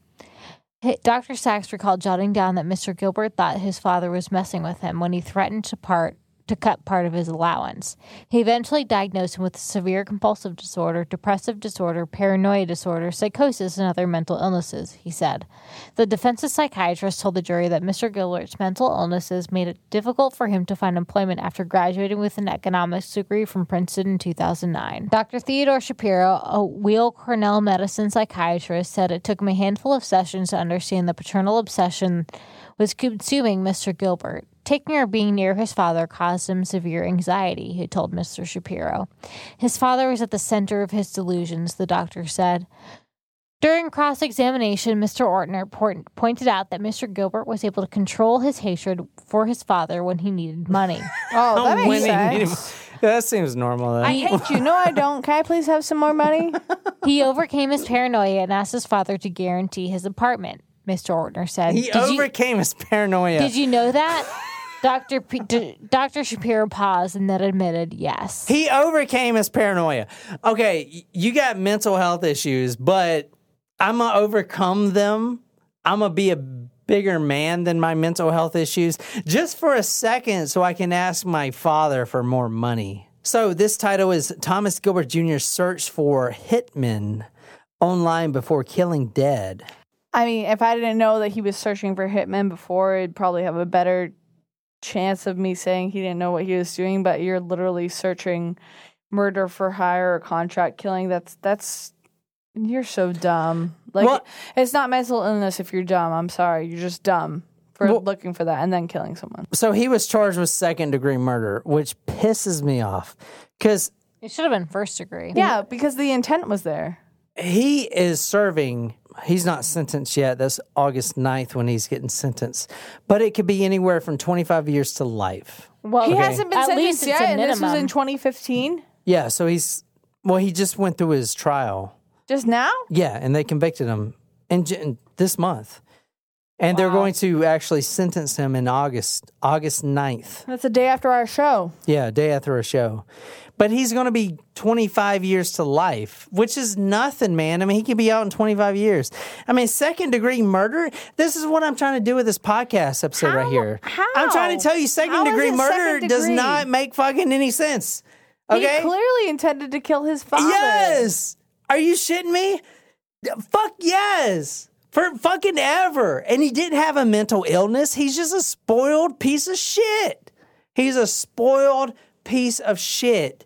Hi- Dr. Sachs recalled jotting down that Mr. Gilbert thought his father was messing with him when he threatened to part to cut part of his allowance. He eventually diagnosed him with severe compulsive disorder, depressive disorder, paranoia disorder, psychosis, and other mental illnesses, he said. The defense's psychiatrist told the jury that Mr. Gilbert's mental illnesses made it difficult for him to find employment after graduating with an economics degree from Princeton in 2009. Dr. Theodore Shapiro, a Weill Cornell medicine psychiatrist, said it took him a handful of sessions to understand the paternal obsession was consuming Mr. Gilbert. Taking or being near his father caused him severe anxiety, he told Mr. Shapiro. His father was at the center of his delusions, the doctor said. During cross examination, Mr. Ortner point, pointed out that Mr. Gilbert was able to control his hatred for his father when he needed money. Oh, that makes When he sense. needed- that seems normal. Though. I hate you. No, I don't. Can I please have some more money? he overcame his paranoia and asked his father to guarantee his apartment. Mr. Ortner said, He "Did you- overcame his paranoia. Did you know that? Dr. P- D- Dr. Shapiro paused and then admitted yes. He overcame his paranoia. Okay, y- you got mental health issues, but I'm gonna overcome them. I'm gonna be a bigger man than my mental health issues just for a second so I can ask my father for more money. So, this title is Thomas Gilbert Jr. Search for Hitmen Online Before Killing Dead. I mean, if I didn't know that he was searching for hitmen before, it'd probably have a better chance of me saying he didn't know what he was doing. But you're literally searching murder for hire or contract killing. That's that's you're so dumb. Like Well- it's not mental illness if you're dumb. I'm sorry, you're just dumb for looking for that and then killing someone. So, he was charged with second degree murder, which pisses me off because It should have been first degree. Yeah, because the intent was there. he is serving he's not sentenced yet that's august 9th when he's getting sentenced but it could be anywhere from 25 years to life Well, He Okay. hasn't been At least sentenced it's yet, a and this was in minimum. 2015. yeah so he's well he just went through his trial Just now? yeah and they convicted him in, j- in this month and they're going to actually sentence him in august august 9th That's the day after our show. yeah day after a show but he's going to be 25 years to life which is nothing man i mean he could be out in 25 years i mean second degree murder this is what i'm trying to do with this podcast episode right here How? I'm trying to tell you, second How is degree it murder second does degree? not make fucking any sense. Okay. He clearly intended to kill his father. yes. Are you shitting me? D- Fuck yes. For fucking ever. And he didn't have a mental illness. He's just a spoiled piece of shit. He's a spoiled piece of shit.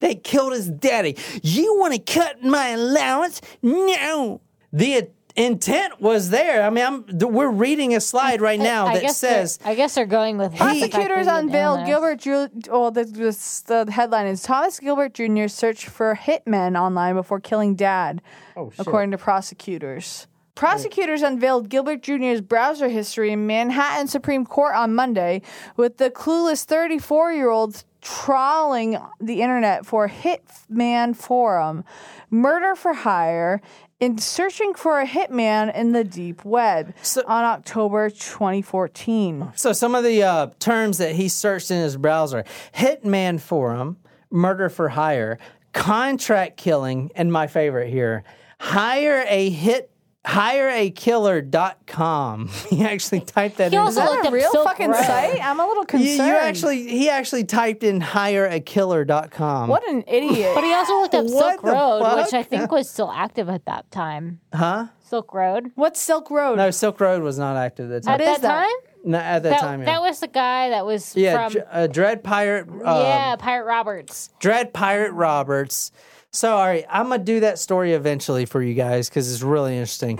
They killed his daddy. You want to cut my allowance? No. The i- intent was there. I mean, I'm, th- we're reading a slide right now I that guess they're- says I guess they're going with him. Prosecutors unveiled Gilbert. Ju- oh, the, the, the headline is Thomas Gilbert Jr. searched for hitmen online before killing dad, according to prosecutors. Prosecutors unveiled Gilbert Jr.'s browser history in Manhattan Supreme Court on Monday, with the clueless 34 year old trawling the internet for Hitman Forum, murder for hire, and searching for a hitman in the deep web on October 2014. So some of the uh, terms that he searched in his browser: hitman forum, murder for hire, contract killing, and my favorite here, hire a hit. HireAKiller.com. He actually typed that He in. also Is that looked a up real Silk fucking Road. site? I'm a little You- concerned. you actually he actually typed in hireakiller.com. What an idiot. But he also looked up What Silk the Road, which fuck? I think was still active at that time. Huh? Silk Road. What's Silk Road? No, Uh, Silk Road was not active at the At time. What is that, that? time? No, at that, time, yeah. that was the guy that was yeah, from Dr- uh, Dread Pirate uh, yeah Pirate Roberts. Dread Pirate Roberts. So, all right, I'm gonna do that story eventually for you guys because it's really interesting.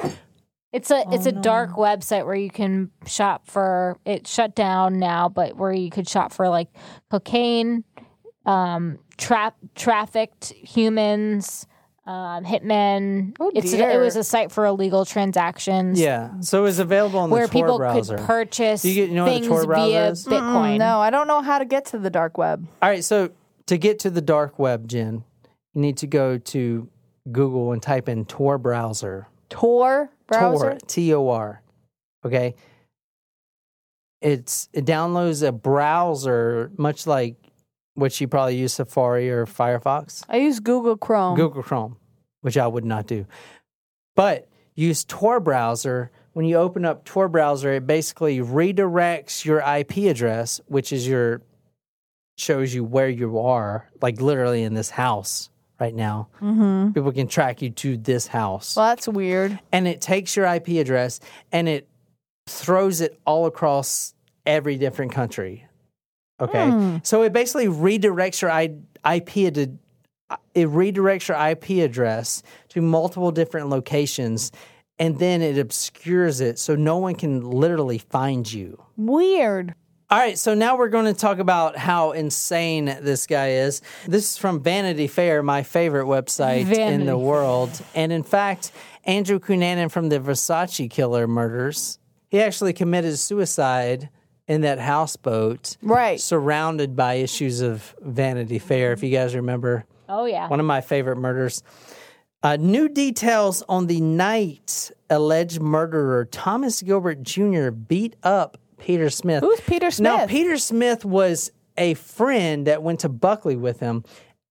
It's a Oh, it's a dark website where you can shop for it shut down now, but where you could shop for like cocaine, um, tra- trafficked humans, um, hitmen. Oh, it's a- it dear. was a site for illegal transactions. Yeah, so it was available on Where the Tor people browser. could purchase You get- you know what a things Tor browser via is? Bitcoin. No, I don't know how to get to the dark web. all right, so to get to the dark web, Jen, you need to go to Google and type in Tor browser. Tor browser? Tor, T O R. Okay. It's it downloads a browser much like what you probably use Safari or Firefox. I use Google Chrome. Google Chrome, which I would not do. But use Tor browser. When you open up Tor browser, it basically redirects your IP address, which is your shows you where you are, like literally in this house right now. Mm-hmm. People can track you to this house. Well, that's weird. And it takes your IP address and it throws it all across every different country. Okay. Hmm. So it basically redirects your I- IP ad- uh, it redirects your IP address to multiple different locations and then it obscures it so no one can literally find you. Weird. All right, so now we're going to talk about how insane this guy is. This is from Vanity Fair, my favorite website in Vanity the world. And in fact, Andrew Cunanan from the Versace killer murders, he actually committed suicide in that houseboat, right? Surrounded by issues of Vanity Fair. If you guys remember, Oh, yeah. one of my favorite murders. Uh, new details on the night alleged murderer Thomas Gilbert Jr. beat up Peter Smith. Who's Peter Now, Smith? Peter Smith was a friend that went to Buckley with him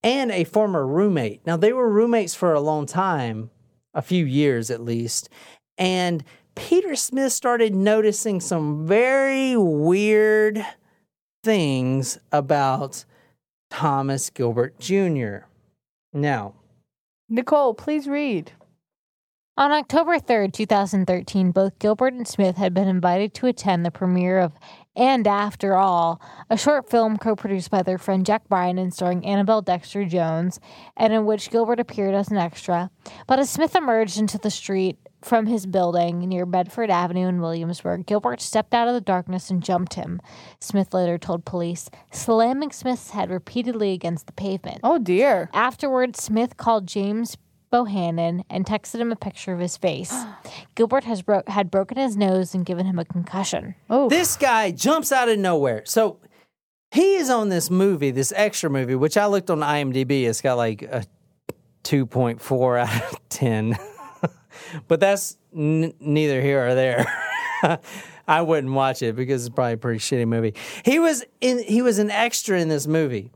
and a former roommate. Now, they were roommates for a long time, a few years at least. And Peter Smith started noticing some very weird things about Thomas Gilbert Jr. Now, Nicole, please read. On October 3rd, 2013, both Gilbert and Smith had been invited to attend the premiere of And After All, a short film co produced by their friend Jack Bryan and starring Annabelle Dexter Jones, and in which Gilbert appeared as an extra. But as Smith emerged into the street from his building near Bedford Avenue in Williamsburg, Gilbert stepped out of the darkness and jumped him, Smith later told police, slamming Smith's head repeatedly against the pavement. Oh dear. Afterwards, Smith called James Bohannon and texted him a picture of his face. Gilbert has bro- had broken his nose and given him a concussion. Oh, this guy jumps out of nowhere. So he is on this movie, this extra movie, which I looked on IMDb. It's got like a 2.4 out of 10. but that's n- neither here or there. I wouldn't watch it because it's probably a pretty shitty movie. He was in he was an extra in this movie.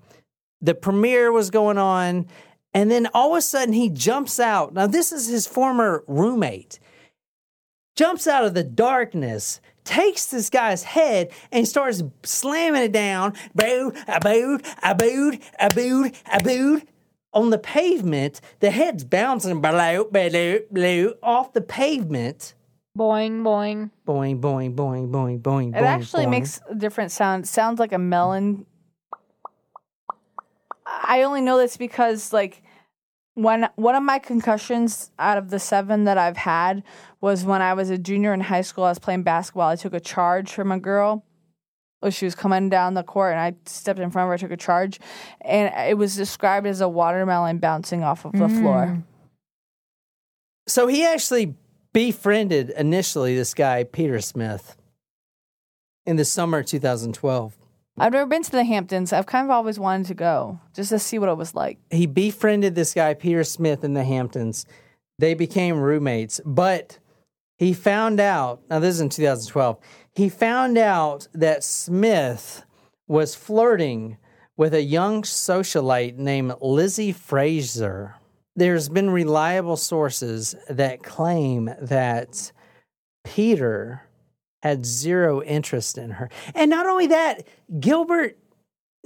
The premiere was going on and then all of a sudden he jumps out. Now this is his former roommate. Jumps out of the darkness, takes this guy's head and starts slamming it down. Booed, a booed, a booed, a booed, a booed on the pavement. The head's bouncing below, below, below off the pavement. Boing, boing. Boing, boing, boing, boing, boing. boing, It actually boing. makes a different sound. It sounds like a melon. I only know this because like when one of my concussions out of the seven that I've had was when I was a junior in high school. I was playing basketball. I took a charge from a girl. Oh, She was coming down the court, and I stepped in front of her. Took a charge, and it was described as a watermelon bouncing off of the Mm. floor. So he actually befriended initially this guy, Peter Smith, in the summer of 2012. I've never been to the Hamptons. I've kind of always wanted to go just to see what it was like. He befriended this guy, Peter Smith, in the Hamptons. They became roommates, but he found out now, this is in 2012. He found out that Smith was flirting with a young socialite named Lizzie Fraser. There's been reliable sources that claim that Peter had zero interest in her. And not only that, Gilbert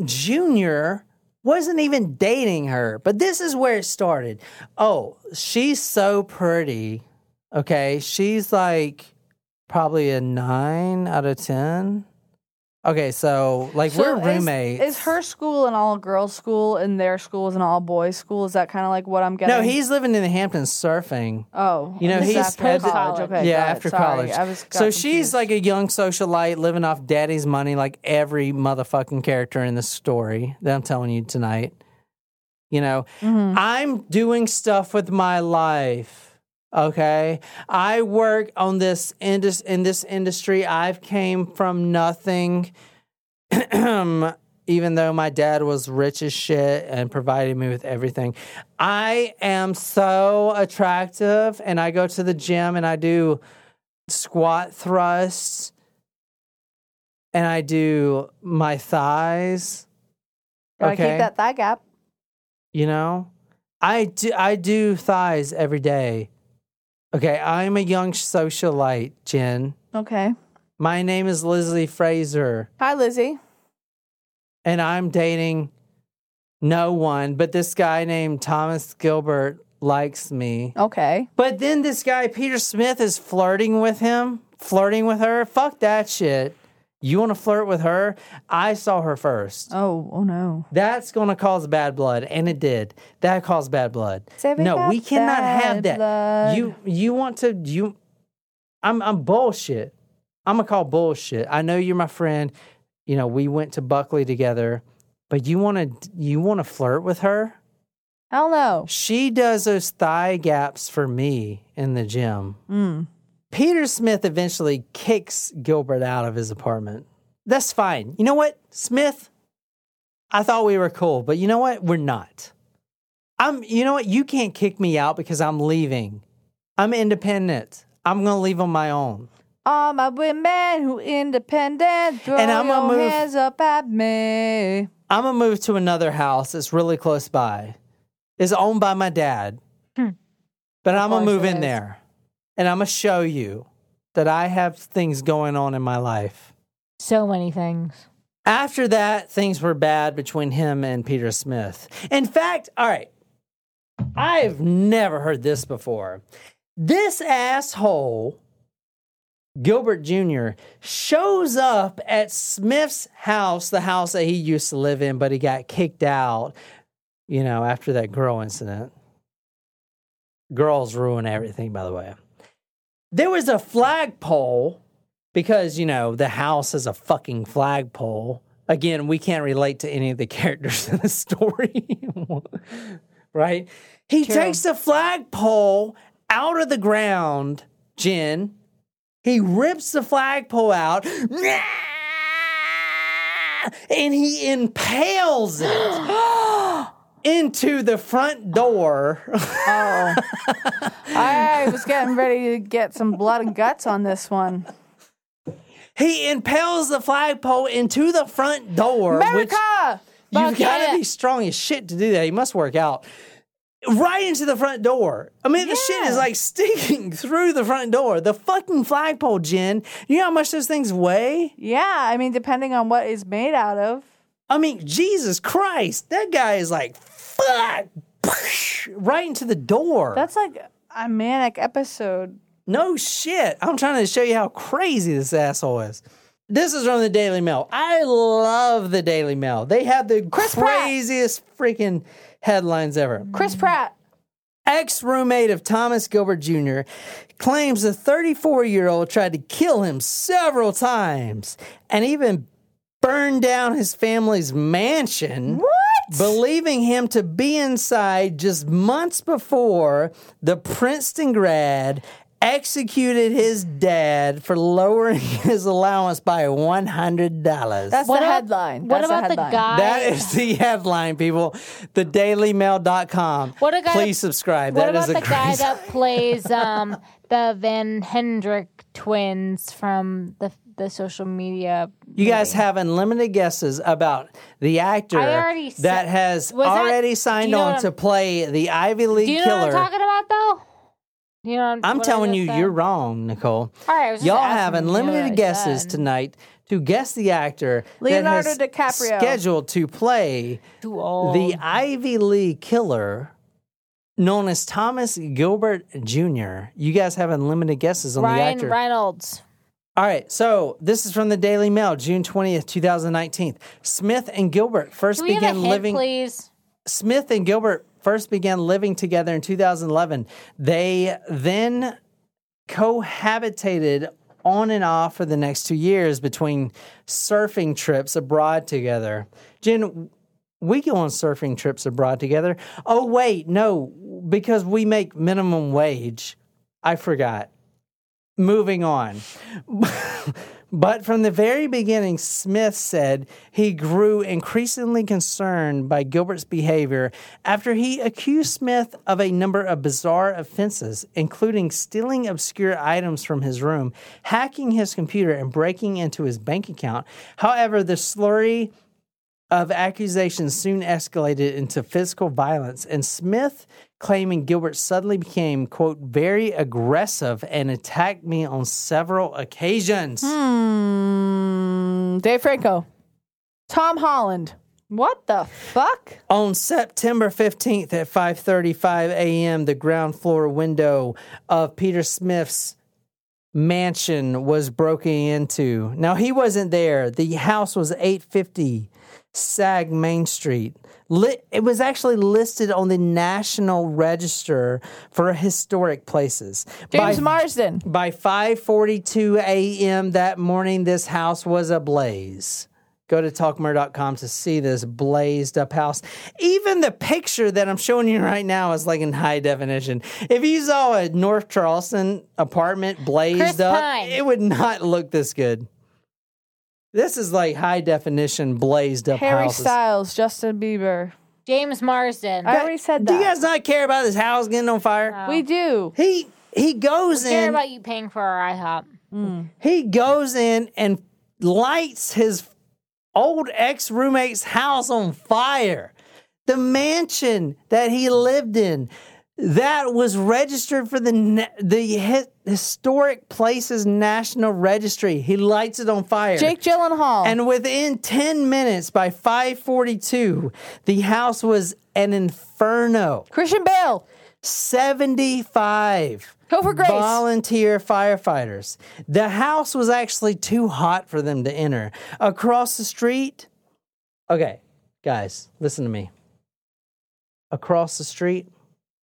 Jr. wasn't even dating her. But this is where it started. Oh, she's so pretty. Okay. She's like probably a nine out of 10. Okay. So, like, So we're is- roommates. Is, her school an all girls school and their school is an all boys school? Is that kind of like what I'm getting? no, he's living in the Hamptons surfing. Oh, You know, this is he's after had the- college. Okay, yeah, got it. after Sorry, college. I was got so she's confused. like a young socialite living off daddy's money, like every motherfucking character in this story that I'm telling you tonight. You know, Mm. Mm-hmm. I'm doing stuff with my life. Okay, I work on this indus- in this industry. I've came from nothing. even though my dad was rich as shit and provided me with everything. I am so attractive and I go to the gym and I do squat thrusts and I do my thighs. Gotta keep that thigh gap. You know? I do I do thighs every day. Okay, I'm a young socialite, Jen. Okay. My name is Lizzie Fraser. Hi, Lizzie. and I'm dating no one, but this guy named Thomas Gilbert likes me. Okay. But then this guy, Peter Smith, is flirting with him, flirting with her. Fuck that shit. You want to flirt with her? I saw her first. Oh, oh no. That's going to cause bad blood, and it did. That caused bad blood. Say we no, got we cannot have bad that. blood. You you want to you? I'm I'm bullshit. I'm gonna call bullshit. I know you're my friend. You know we went to Buckley together, but you want to you want to flirt with her? I don't know. She does those thigh gaps for me in the gym. Mm. Peter Smith eventually kicks Gilbert out of his apartment. That's fine. You know what, Smith? I thought we were cool, but you know what? We're not. I'm you know what? You can't kick me out because I'm leaving. I'm independent. I'm going to leave on my own. All my women who independent, throw And I'm gonna your move- hands up at me. I'm going to move to another house that's really close by. It's owned by my dad. But I'm going Hmm. course to move it in is. there and I'm going to show you that I have things going on in my life. So many things. After that, things were bad between him and Peter Smith. In fact, all right, I've never heard this before. This asshole, Gilbert Jr., shows up at Smith's house, the house that he used to live in, but he got kicked out, you know, after that girl incident. Girls ruin everything, by the way. There was a flagpole because you know the house is a fucking flagpole again we can't relate to any of the characters in the story right he takes the flagpole out of the ground jen he rips the flagpole out and he impales it into the front door Oh. I was getting ready to get some blood and guts on this one. he impales the flagpole into the front door which- America! You've Fuck got yeah. to be strong as shit to do that. You must work out. Right into the front door. I mean, the shit is like sticking through the front door. The fucking flagpole, Jen. You know how much those things weigh? Yeah, I mean, depending on what it's made out of. I mean, Jesus Christ. That guy is like, fuck, right into the door. That's like a manic episode. No shit. I'm trying to show you how crazy this asshole is. This is from the Daily Mail. I love the Daily Mail. They have the Pratt. craziest freaking headlines ever. Chris Pratt. Ex roommate of Thomas Gilbert Jr. claims the 34 year old tried to kill him several times and even burned down his family's mansion. What? Believing him to be inside just months before the Princeton grad executed his dad for lowering his allowance by $100. That's What the about- headline. what That's about the headline. guy- That is the headline, people. The dailymail.com. What a guy- Please subscribe. What That about is the a guy crazy- that plays um, the Van Hendrick twins from the the social media? You guys have unlimited guesses about the actor I already that sa- has Was that- already do signed you know what on I'm- to play the Ivy League Do you know killer. what I'm talking about, though? Do You know, what I'm what I telling just you, said? you're wrong, Nicole. All right, I was just Y'all asking have if you knew what unlimited I guesses said. tonight to guess the actor Leonardo that has DiCaprio. scheduled to play Too old. the Ivy League killer known as Thomas Gilbert Jr. You guys have unlimited guesses on the Ryan actor. Reynolds. All right, so this is from the Daily Mail, June 20th, 2019. Smith and Gilbert first Can we have began a hint, living please? Smith and Gilbert first began living together in 2011. They then cohabitated on and off for the next 2 years between surfing trips abroad together. Jen, we go on surfing trips abroad together. Oh wait, no, because we make minimum wage. I forgot. Moving on. But from the very beginning, Smith said he grew increasingly concerned by Gilbert's behavior after he accused Smith of a number of bizarre offenses, including stealing obscure items from his room, hacking his computer, and breaking into his bank account. However, the slurry of accusations soon escalated into physical violence, and Smith claiming Gilbert suddenly became, quote, very aggressive and attacked me on several occasions. Mm, Dave Franco. Tom Holland. What the fuck? On September 15th at 5:35 a.m., the ground floor window of Peter Smith's mansion was broken into. Now he wasn't there. The house was 850 Sag Main Street. Li- It was actually listed on the National Register for Historic Places. James By- Marsden. by 5:42 a.m. that morning this house was ablaze. Go to talkmore.com to see this blazed up house. Even the picture that I'm showing you right now is like in high definition. If you saw a North Charleston apartment blazed Chris up, Pine. it would not look this good. This is like high definition blazed up Harry houses. Styles, Justin Bieber. James Marsden. I already said Do that. Uh, you guys not care about this house getting on fire? we do. He he goes We care in about you paying for our IHOP. he goes in and lights his old ex roommate's house on fire. The mansion that he lived in that was registered for the na- the hi- historic places national registry. He lights it on fire. Jake Gyllenhaal. And within 10 minutes by 5:42, the house was an inferno. Christian Bale. 75 Topher Grace. volunteer firefighters. The house was actually too hot for them to enter. Across the street, okay, guys, listen to me. Across the street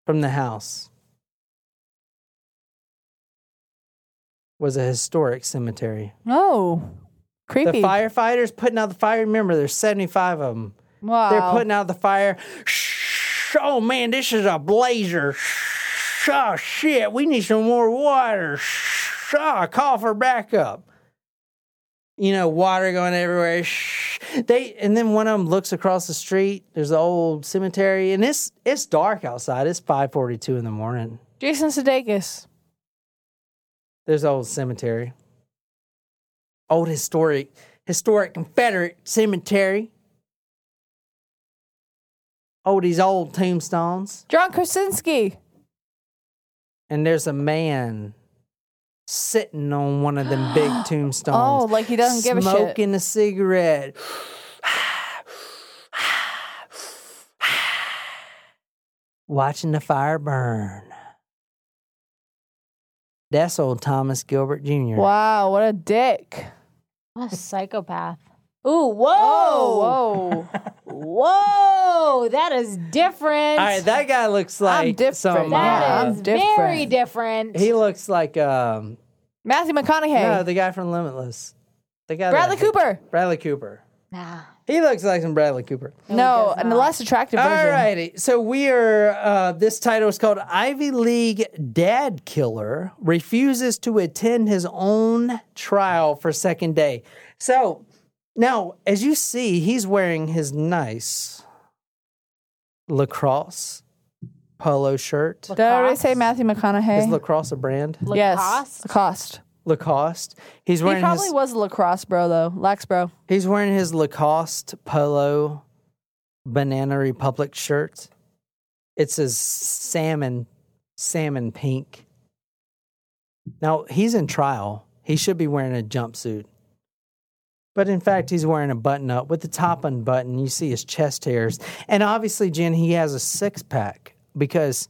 from the house was a historic cemetery. Oh, creepy. The firefighters putting out the fire, remember, there's 75 of them. wow. They're putting out the fire. Shh, oh man, this is a blazer. Shh, oh shit, we need some more water. Shh, oh, call for backup. You know, water going everywhere. Shh. They and then one of them looks across the street. There's the old cemetery, and it's it's dark outside. It's five forty two in the morning. Jason Sudeikis. There's the old cemetery, old historic historic Confederate cemetery. Oh, these old tombstones. John Krasinski. and there's a man sitting on one of them big tombstones. Oh, like he doesn't give a shit. Smoking a cigarette. Watching the fire burn. That's old Thomas Gilbert Jr. Wow, what a dick. What a psychopath. Ooh, whoa. Oh, whoa. Whoa, that is different. All right, that guy looks like different. some. that Yeah, uh, is I'm different. very different. he looks like um, Matthew no, McConaughey. the guy from Limitless. The guy that- Bradley Cooper. Bradley Cooper. nah. He looks like some Bradley Cooper. No, and the less attractive version. All righty. So we are, uh, this title is called Ivy League Dad Killer Refuses to Attend His Own Trial for Second Day. So now, as you see, he's wearing his nice lacrosse polo shirt. Did I already say Matthew McConaughey? Is lacrosse a brand? Yes. Lacoste? Lacoste. Lacoste. He's He wearing probably his, was a lacrosse bro, though. Lax bro. he's wearing his Lacoste polo banana republic shirt. It says salmon, salmon pink. Now he's in trial. He should be wearing a jumpsuit. But in fact, he's wearing a button up with the top unbuttoned. You see his chest hairs. And obviously, Jen, he has a six pack because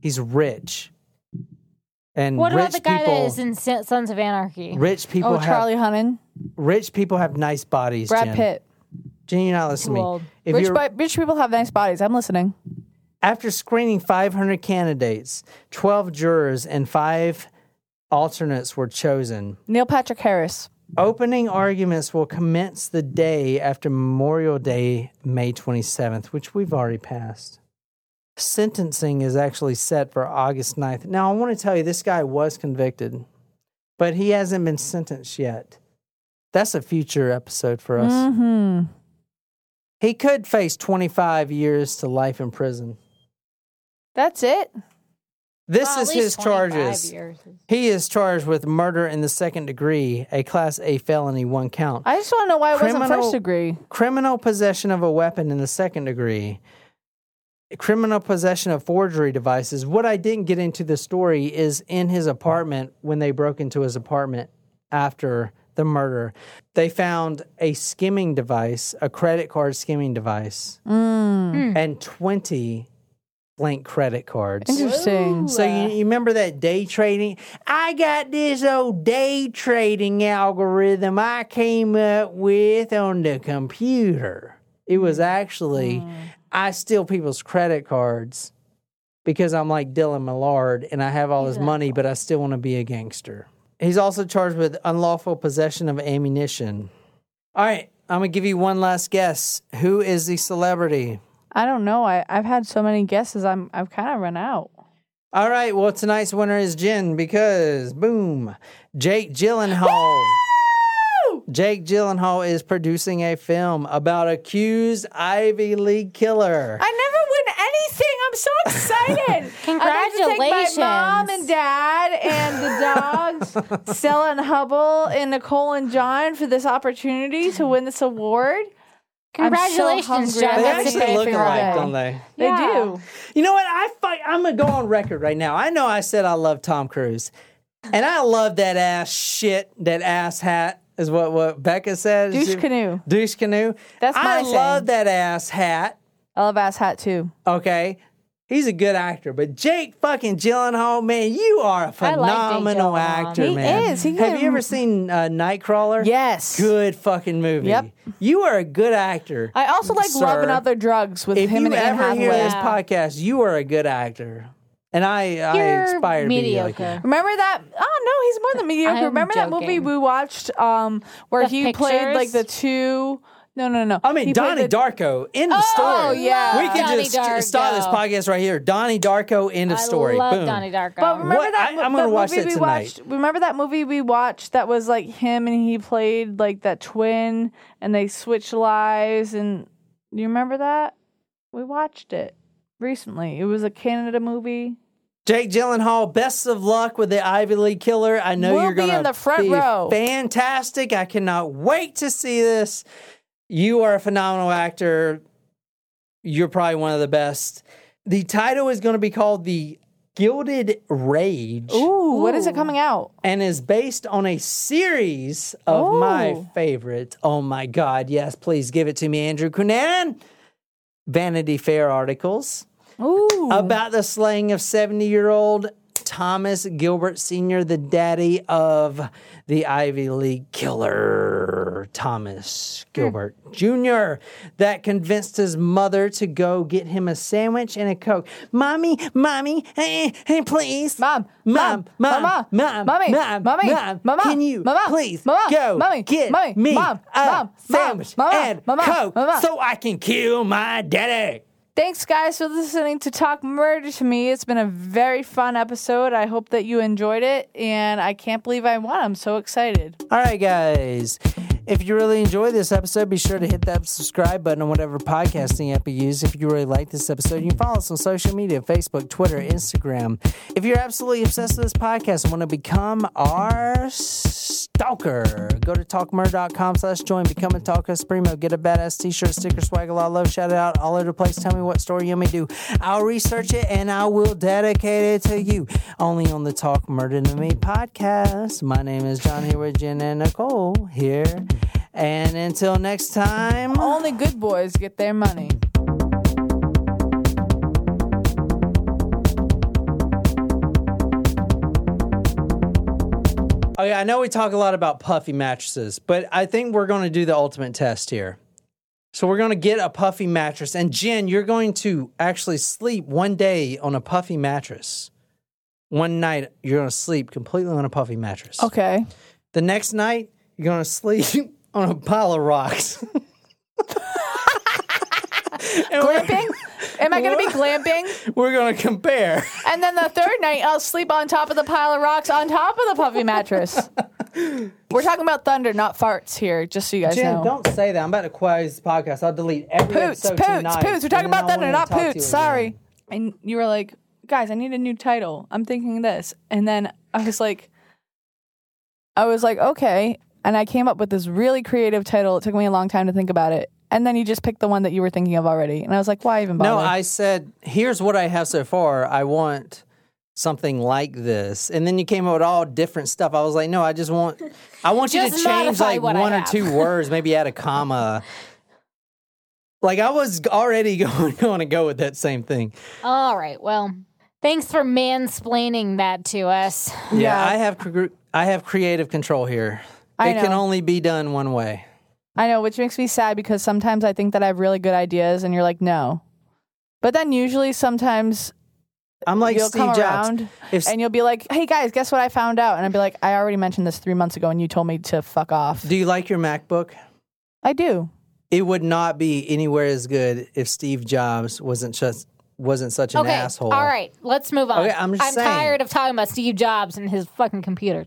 he's rich. And What rich about the guy people, that is in Sin- Sons of Anarchy? rich people Oh, have Charlie Hunnam. rich people have nice bodies. Brad Jen. Pitt. Jen, you're not listening to old. me. If rich, you're, bi- rich people have nice bodies. I'm listening. after screening 500 candidates, 12 jurors, and five alternates were chosen. Neil Patrick Harris. Opening arguments will commence the day after Memorial Day, May 27th, which we've already passed. Sentencing is actually set for August 9th. Now, I want to tell you, this guy was convicted, but he hasn't been sentenced yet. That's a future episode for us. Mm-hmm. He could face 25 years to life in prison. That's it. This Well, at is least his 25 charges. years. He is charged with murder in the second degree, a class A felony, one count. I just want to know why it wasn't Criminal- first degree. criminal possession of a weapon in the second degree, criminal possession of forgery devices. What I didn't get into the story is in his apartment when they broke into his apartment after the murder, they found a skimming device, a credit card skimming device, and 20 blank credit cards. Interesting. So you, you remember that day trading? I got this old day trading algorithm I came up with on the computer. It was actually I steal people's credit cards because I'm like Dylan Millard and I have all this money, but I still want to be a gangster. He's also charged with unlawful possession of ammunition. All right, I'm gonna give you one last guess. Who is the celebrity? I don't know. I, I've had so many guesses. I'm I've kind of run out. All right. Well, tonight's winner is Jen because boom, Jake Gyllenhaal. Jake Gyllenhaal is producing a film about accused Ivy League killer. I never win anything. I'm so excited. I got to take Congratulations. my mom and dad and the dogs, Stella and Hubble and Nicole and John for this opportunity to win this award. I'm so Congratulations, hungry. Jeff. they I'm That's gonna actually pay look for your alike, day. don't they? They Yeah. do. You know what? I fight. I'm gonna go on record right now. I know I said I love Tom Cruise, and I love that ass shit. That ass hat is what what Becca said. Douche She- canoe. Douche canoe. That's my I love saying. that ass hat. I love ass hat too. Okay. He's a good actor, but Jake fucking Gyllenhaal, man, you are a I like Jake phenomenal Gyllenhaal. actor, He man. is. He Have can- you ever seen uh, Nightcrawler? Yes. Good fucking movie. Yep. You are a good actor. I also like sir. Love and Other Drugs with If him you and Anne ever Hathaway. hear this podcast, you are a good actor, and I I You're aspire to be like mediocre. you. Remember that? Oh no, he's more than mediocre. I'm Remember that movie joking. we watched um, where The he played like pictures? the two? No, no, no. I mean, He played Donnie the- Darko. End of story. Oh, yeah. we can Donnie just st- stop this Darko. podcast right here. Donnie Darko. End of I story. love Boom. Donnie Darko. But remember What? that? I- mo- I'm gonna that watch movie that we tonight. watched. Remember that movie we watched that was like him and he played like that twin and they switched lives and you remember that? We watched it recently. It was a Canada movie. Jake Gyllenhaal, best of luck with the Ivy League killer. I know We'll you're be going to in the front row. Fantastic! I cannot wait to see this. You are a phenomenal actor. You're probably one of the best. The title is going to be called "The Gilded Rage" Ooh, when is it Ooh. coming out? and is based on a series of my Ooh. favorites. Oh my God! Yes, please give it to me, Andrew Cunanan. Vanity Fair articles Ooh, about the slaying of 70 year old Thomas Gilbert Sr., the daddy of the Ivy League killer, Thomas Gilbert Jr., that convinced his mother to go get him a sandwich and a Coke. Mommy, mommy, hey, hey, please. Mom, mom, mom, mom, mama, mom, mommy, mom, mommy, mom, mama, can you mama, please mama, go mommy, get mommy, me mom, a mom, sandwich mama, and mama, Coke mama. so I can kill my daddy? Thanks, guys, for listening to Talk Murder to Me. It's been a very fun episode. I hope that you enjoyed it, and I can't believe I won. I'm so excited. All right, guys. If you really enjoyed this episode, be sure to hit that subscribe button on whatever podcasting app you use. If you really like this episode, you can follow us on social media Facebook, Twitter, Instagram. If you're absolutely obsessed with this podcast and want to become our stalker, go to talkmer.com slash join, become a Talk Us Primo, get a badass t shirt, sticker, swag, a lot of love, shout it out all over the place. Tell me what story you may do. I'll research it and I will dedicate it to you. Only on the Talk Murder to Me podcast. My name is John here with Jen and Nicole here. And until next time. Only good boys get their money. Okay, Oh, I know we talk a lot about puffy mattresses, but I think we're going to do the ultimate test here. So we're going to get a puffy mattress, and Jen, you're going to actually sleep one day on a puffy mattress. One night, you're going to sleep completely on a puffy mattress. Okay. The next night, you're going to sleep on a pile of rocks. and we're, Glamping? Am I going to be glamping? we're going to compare. And then the third night, I'll sleep on top of the pile of rocks on top of the puffy mattress. We're talking about thunder, not farts here, just so you guys Jen, know. don't say that. I'm about to close the podcast. I'll delete every Poots, episode poots, tonight, poots. We're and talking then about I thunder, wanna not talk to you poots. again. Sorry. And you were like, guys, I need a new title. I'm thinking this. And then I was like, I was like, okay. And I came up with this really creative title. It took me a long time to think about it. And then you just picked the one that you were thinking of already. And I was like, why even bother? No, I said, here's what I have so far. I want something like this. And then you came up with all different stuff. I was like, no, I just want I want you to Just change modify like what I one or have. two words, maybe add a comma. Like I was already going going to go with that same thing. All right. Well, thanks for mansplaining that to us. Yeah, I have cre- I have creative control here. I it can know. only be done one way. I know, which makes me sad because sometimes I think that I have really good ideas and you're like, no. But then usually sometimes I'm like you'll Steve come Jobs. around if and you'll be like, hey guys, guess what I found out? And I'd be like, I already mentioned this three months ago and you told me to fuck off. do you like your MacBook? I do. It would not be anywhere as good if Steve Jobs wasn't just wasn't such an okay. asshole. All right. Let's move on. Okay, I'm just saying. tired of talking about Steve Jobs and his fucking computers.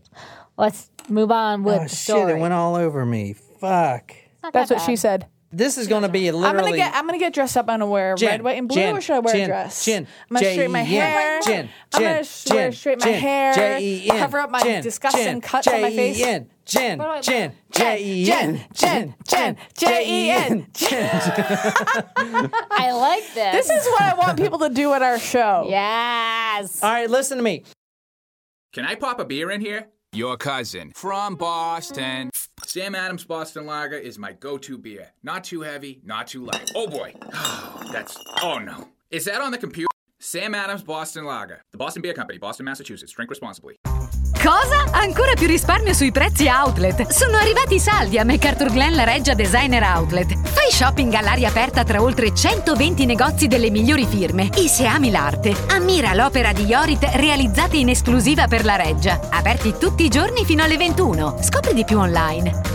Let's move on with Oh, the shit, story. it went all over me. Fuck. That's what she said. This is going to be literally. I'm gonna get I'm gonna get dressed up. I'm gonna wear Jen, red, white, and blue, Jen, or should I wear Jen, a dress? Jen, E I'm gonna straighten my Jen, hair. Jen, I'm gonna Jen, sh- wear- Jen, straighten my Jen, hair. J-E-N, cover up my Jen, disgusting Jen, cuts on my face. Jen, Jen, What do I- Jen, E Jen, J-E-N, E Jen, Jen, J-E-N, I like this. This is what I want people to do at our show. Yes. All right, listen to me. Can I pop a beer in here? Your cousin from Boston. Sam Adams Boston Lager is my go to beer. Not too heavy, not too light. Oh boy. That's. Oh no. Is that on the computer? Sam Adams Boston Lager. The Boston Beer Company, Boston, Massachusetts. Drink responsibly. Cosa? Ancora più risparmio sui prezzi outlet. Sono arrivati i saldi a MacArthur Glen La Reggia Designer Outlet. Fai shopping all'aria aperta tra oltre 120 negozi delle migliori firme. E se ami l'arte, ammira l'opera di Iorit realizzata in esclusiva per La Reggia. Aperti tutti i giorni fino alle 21. Scopri di più online.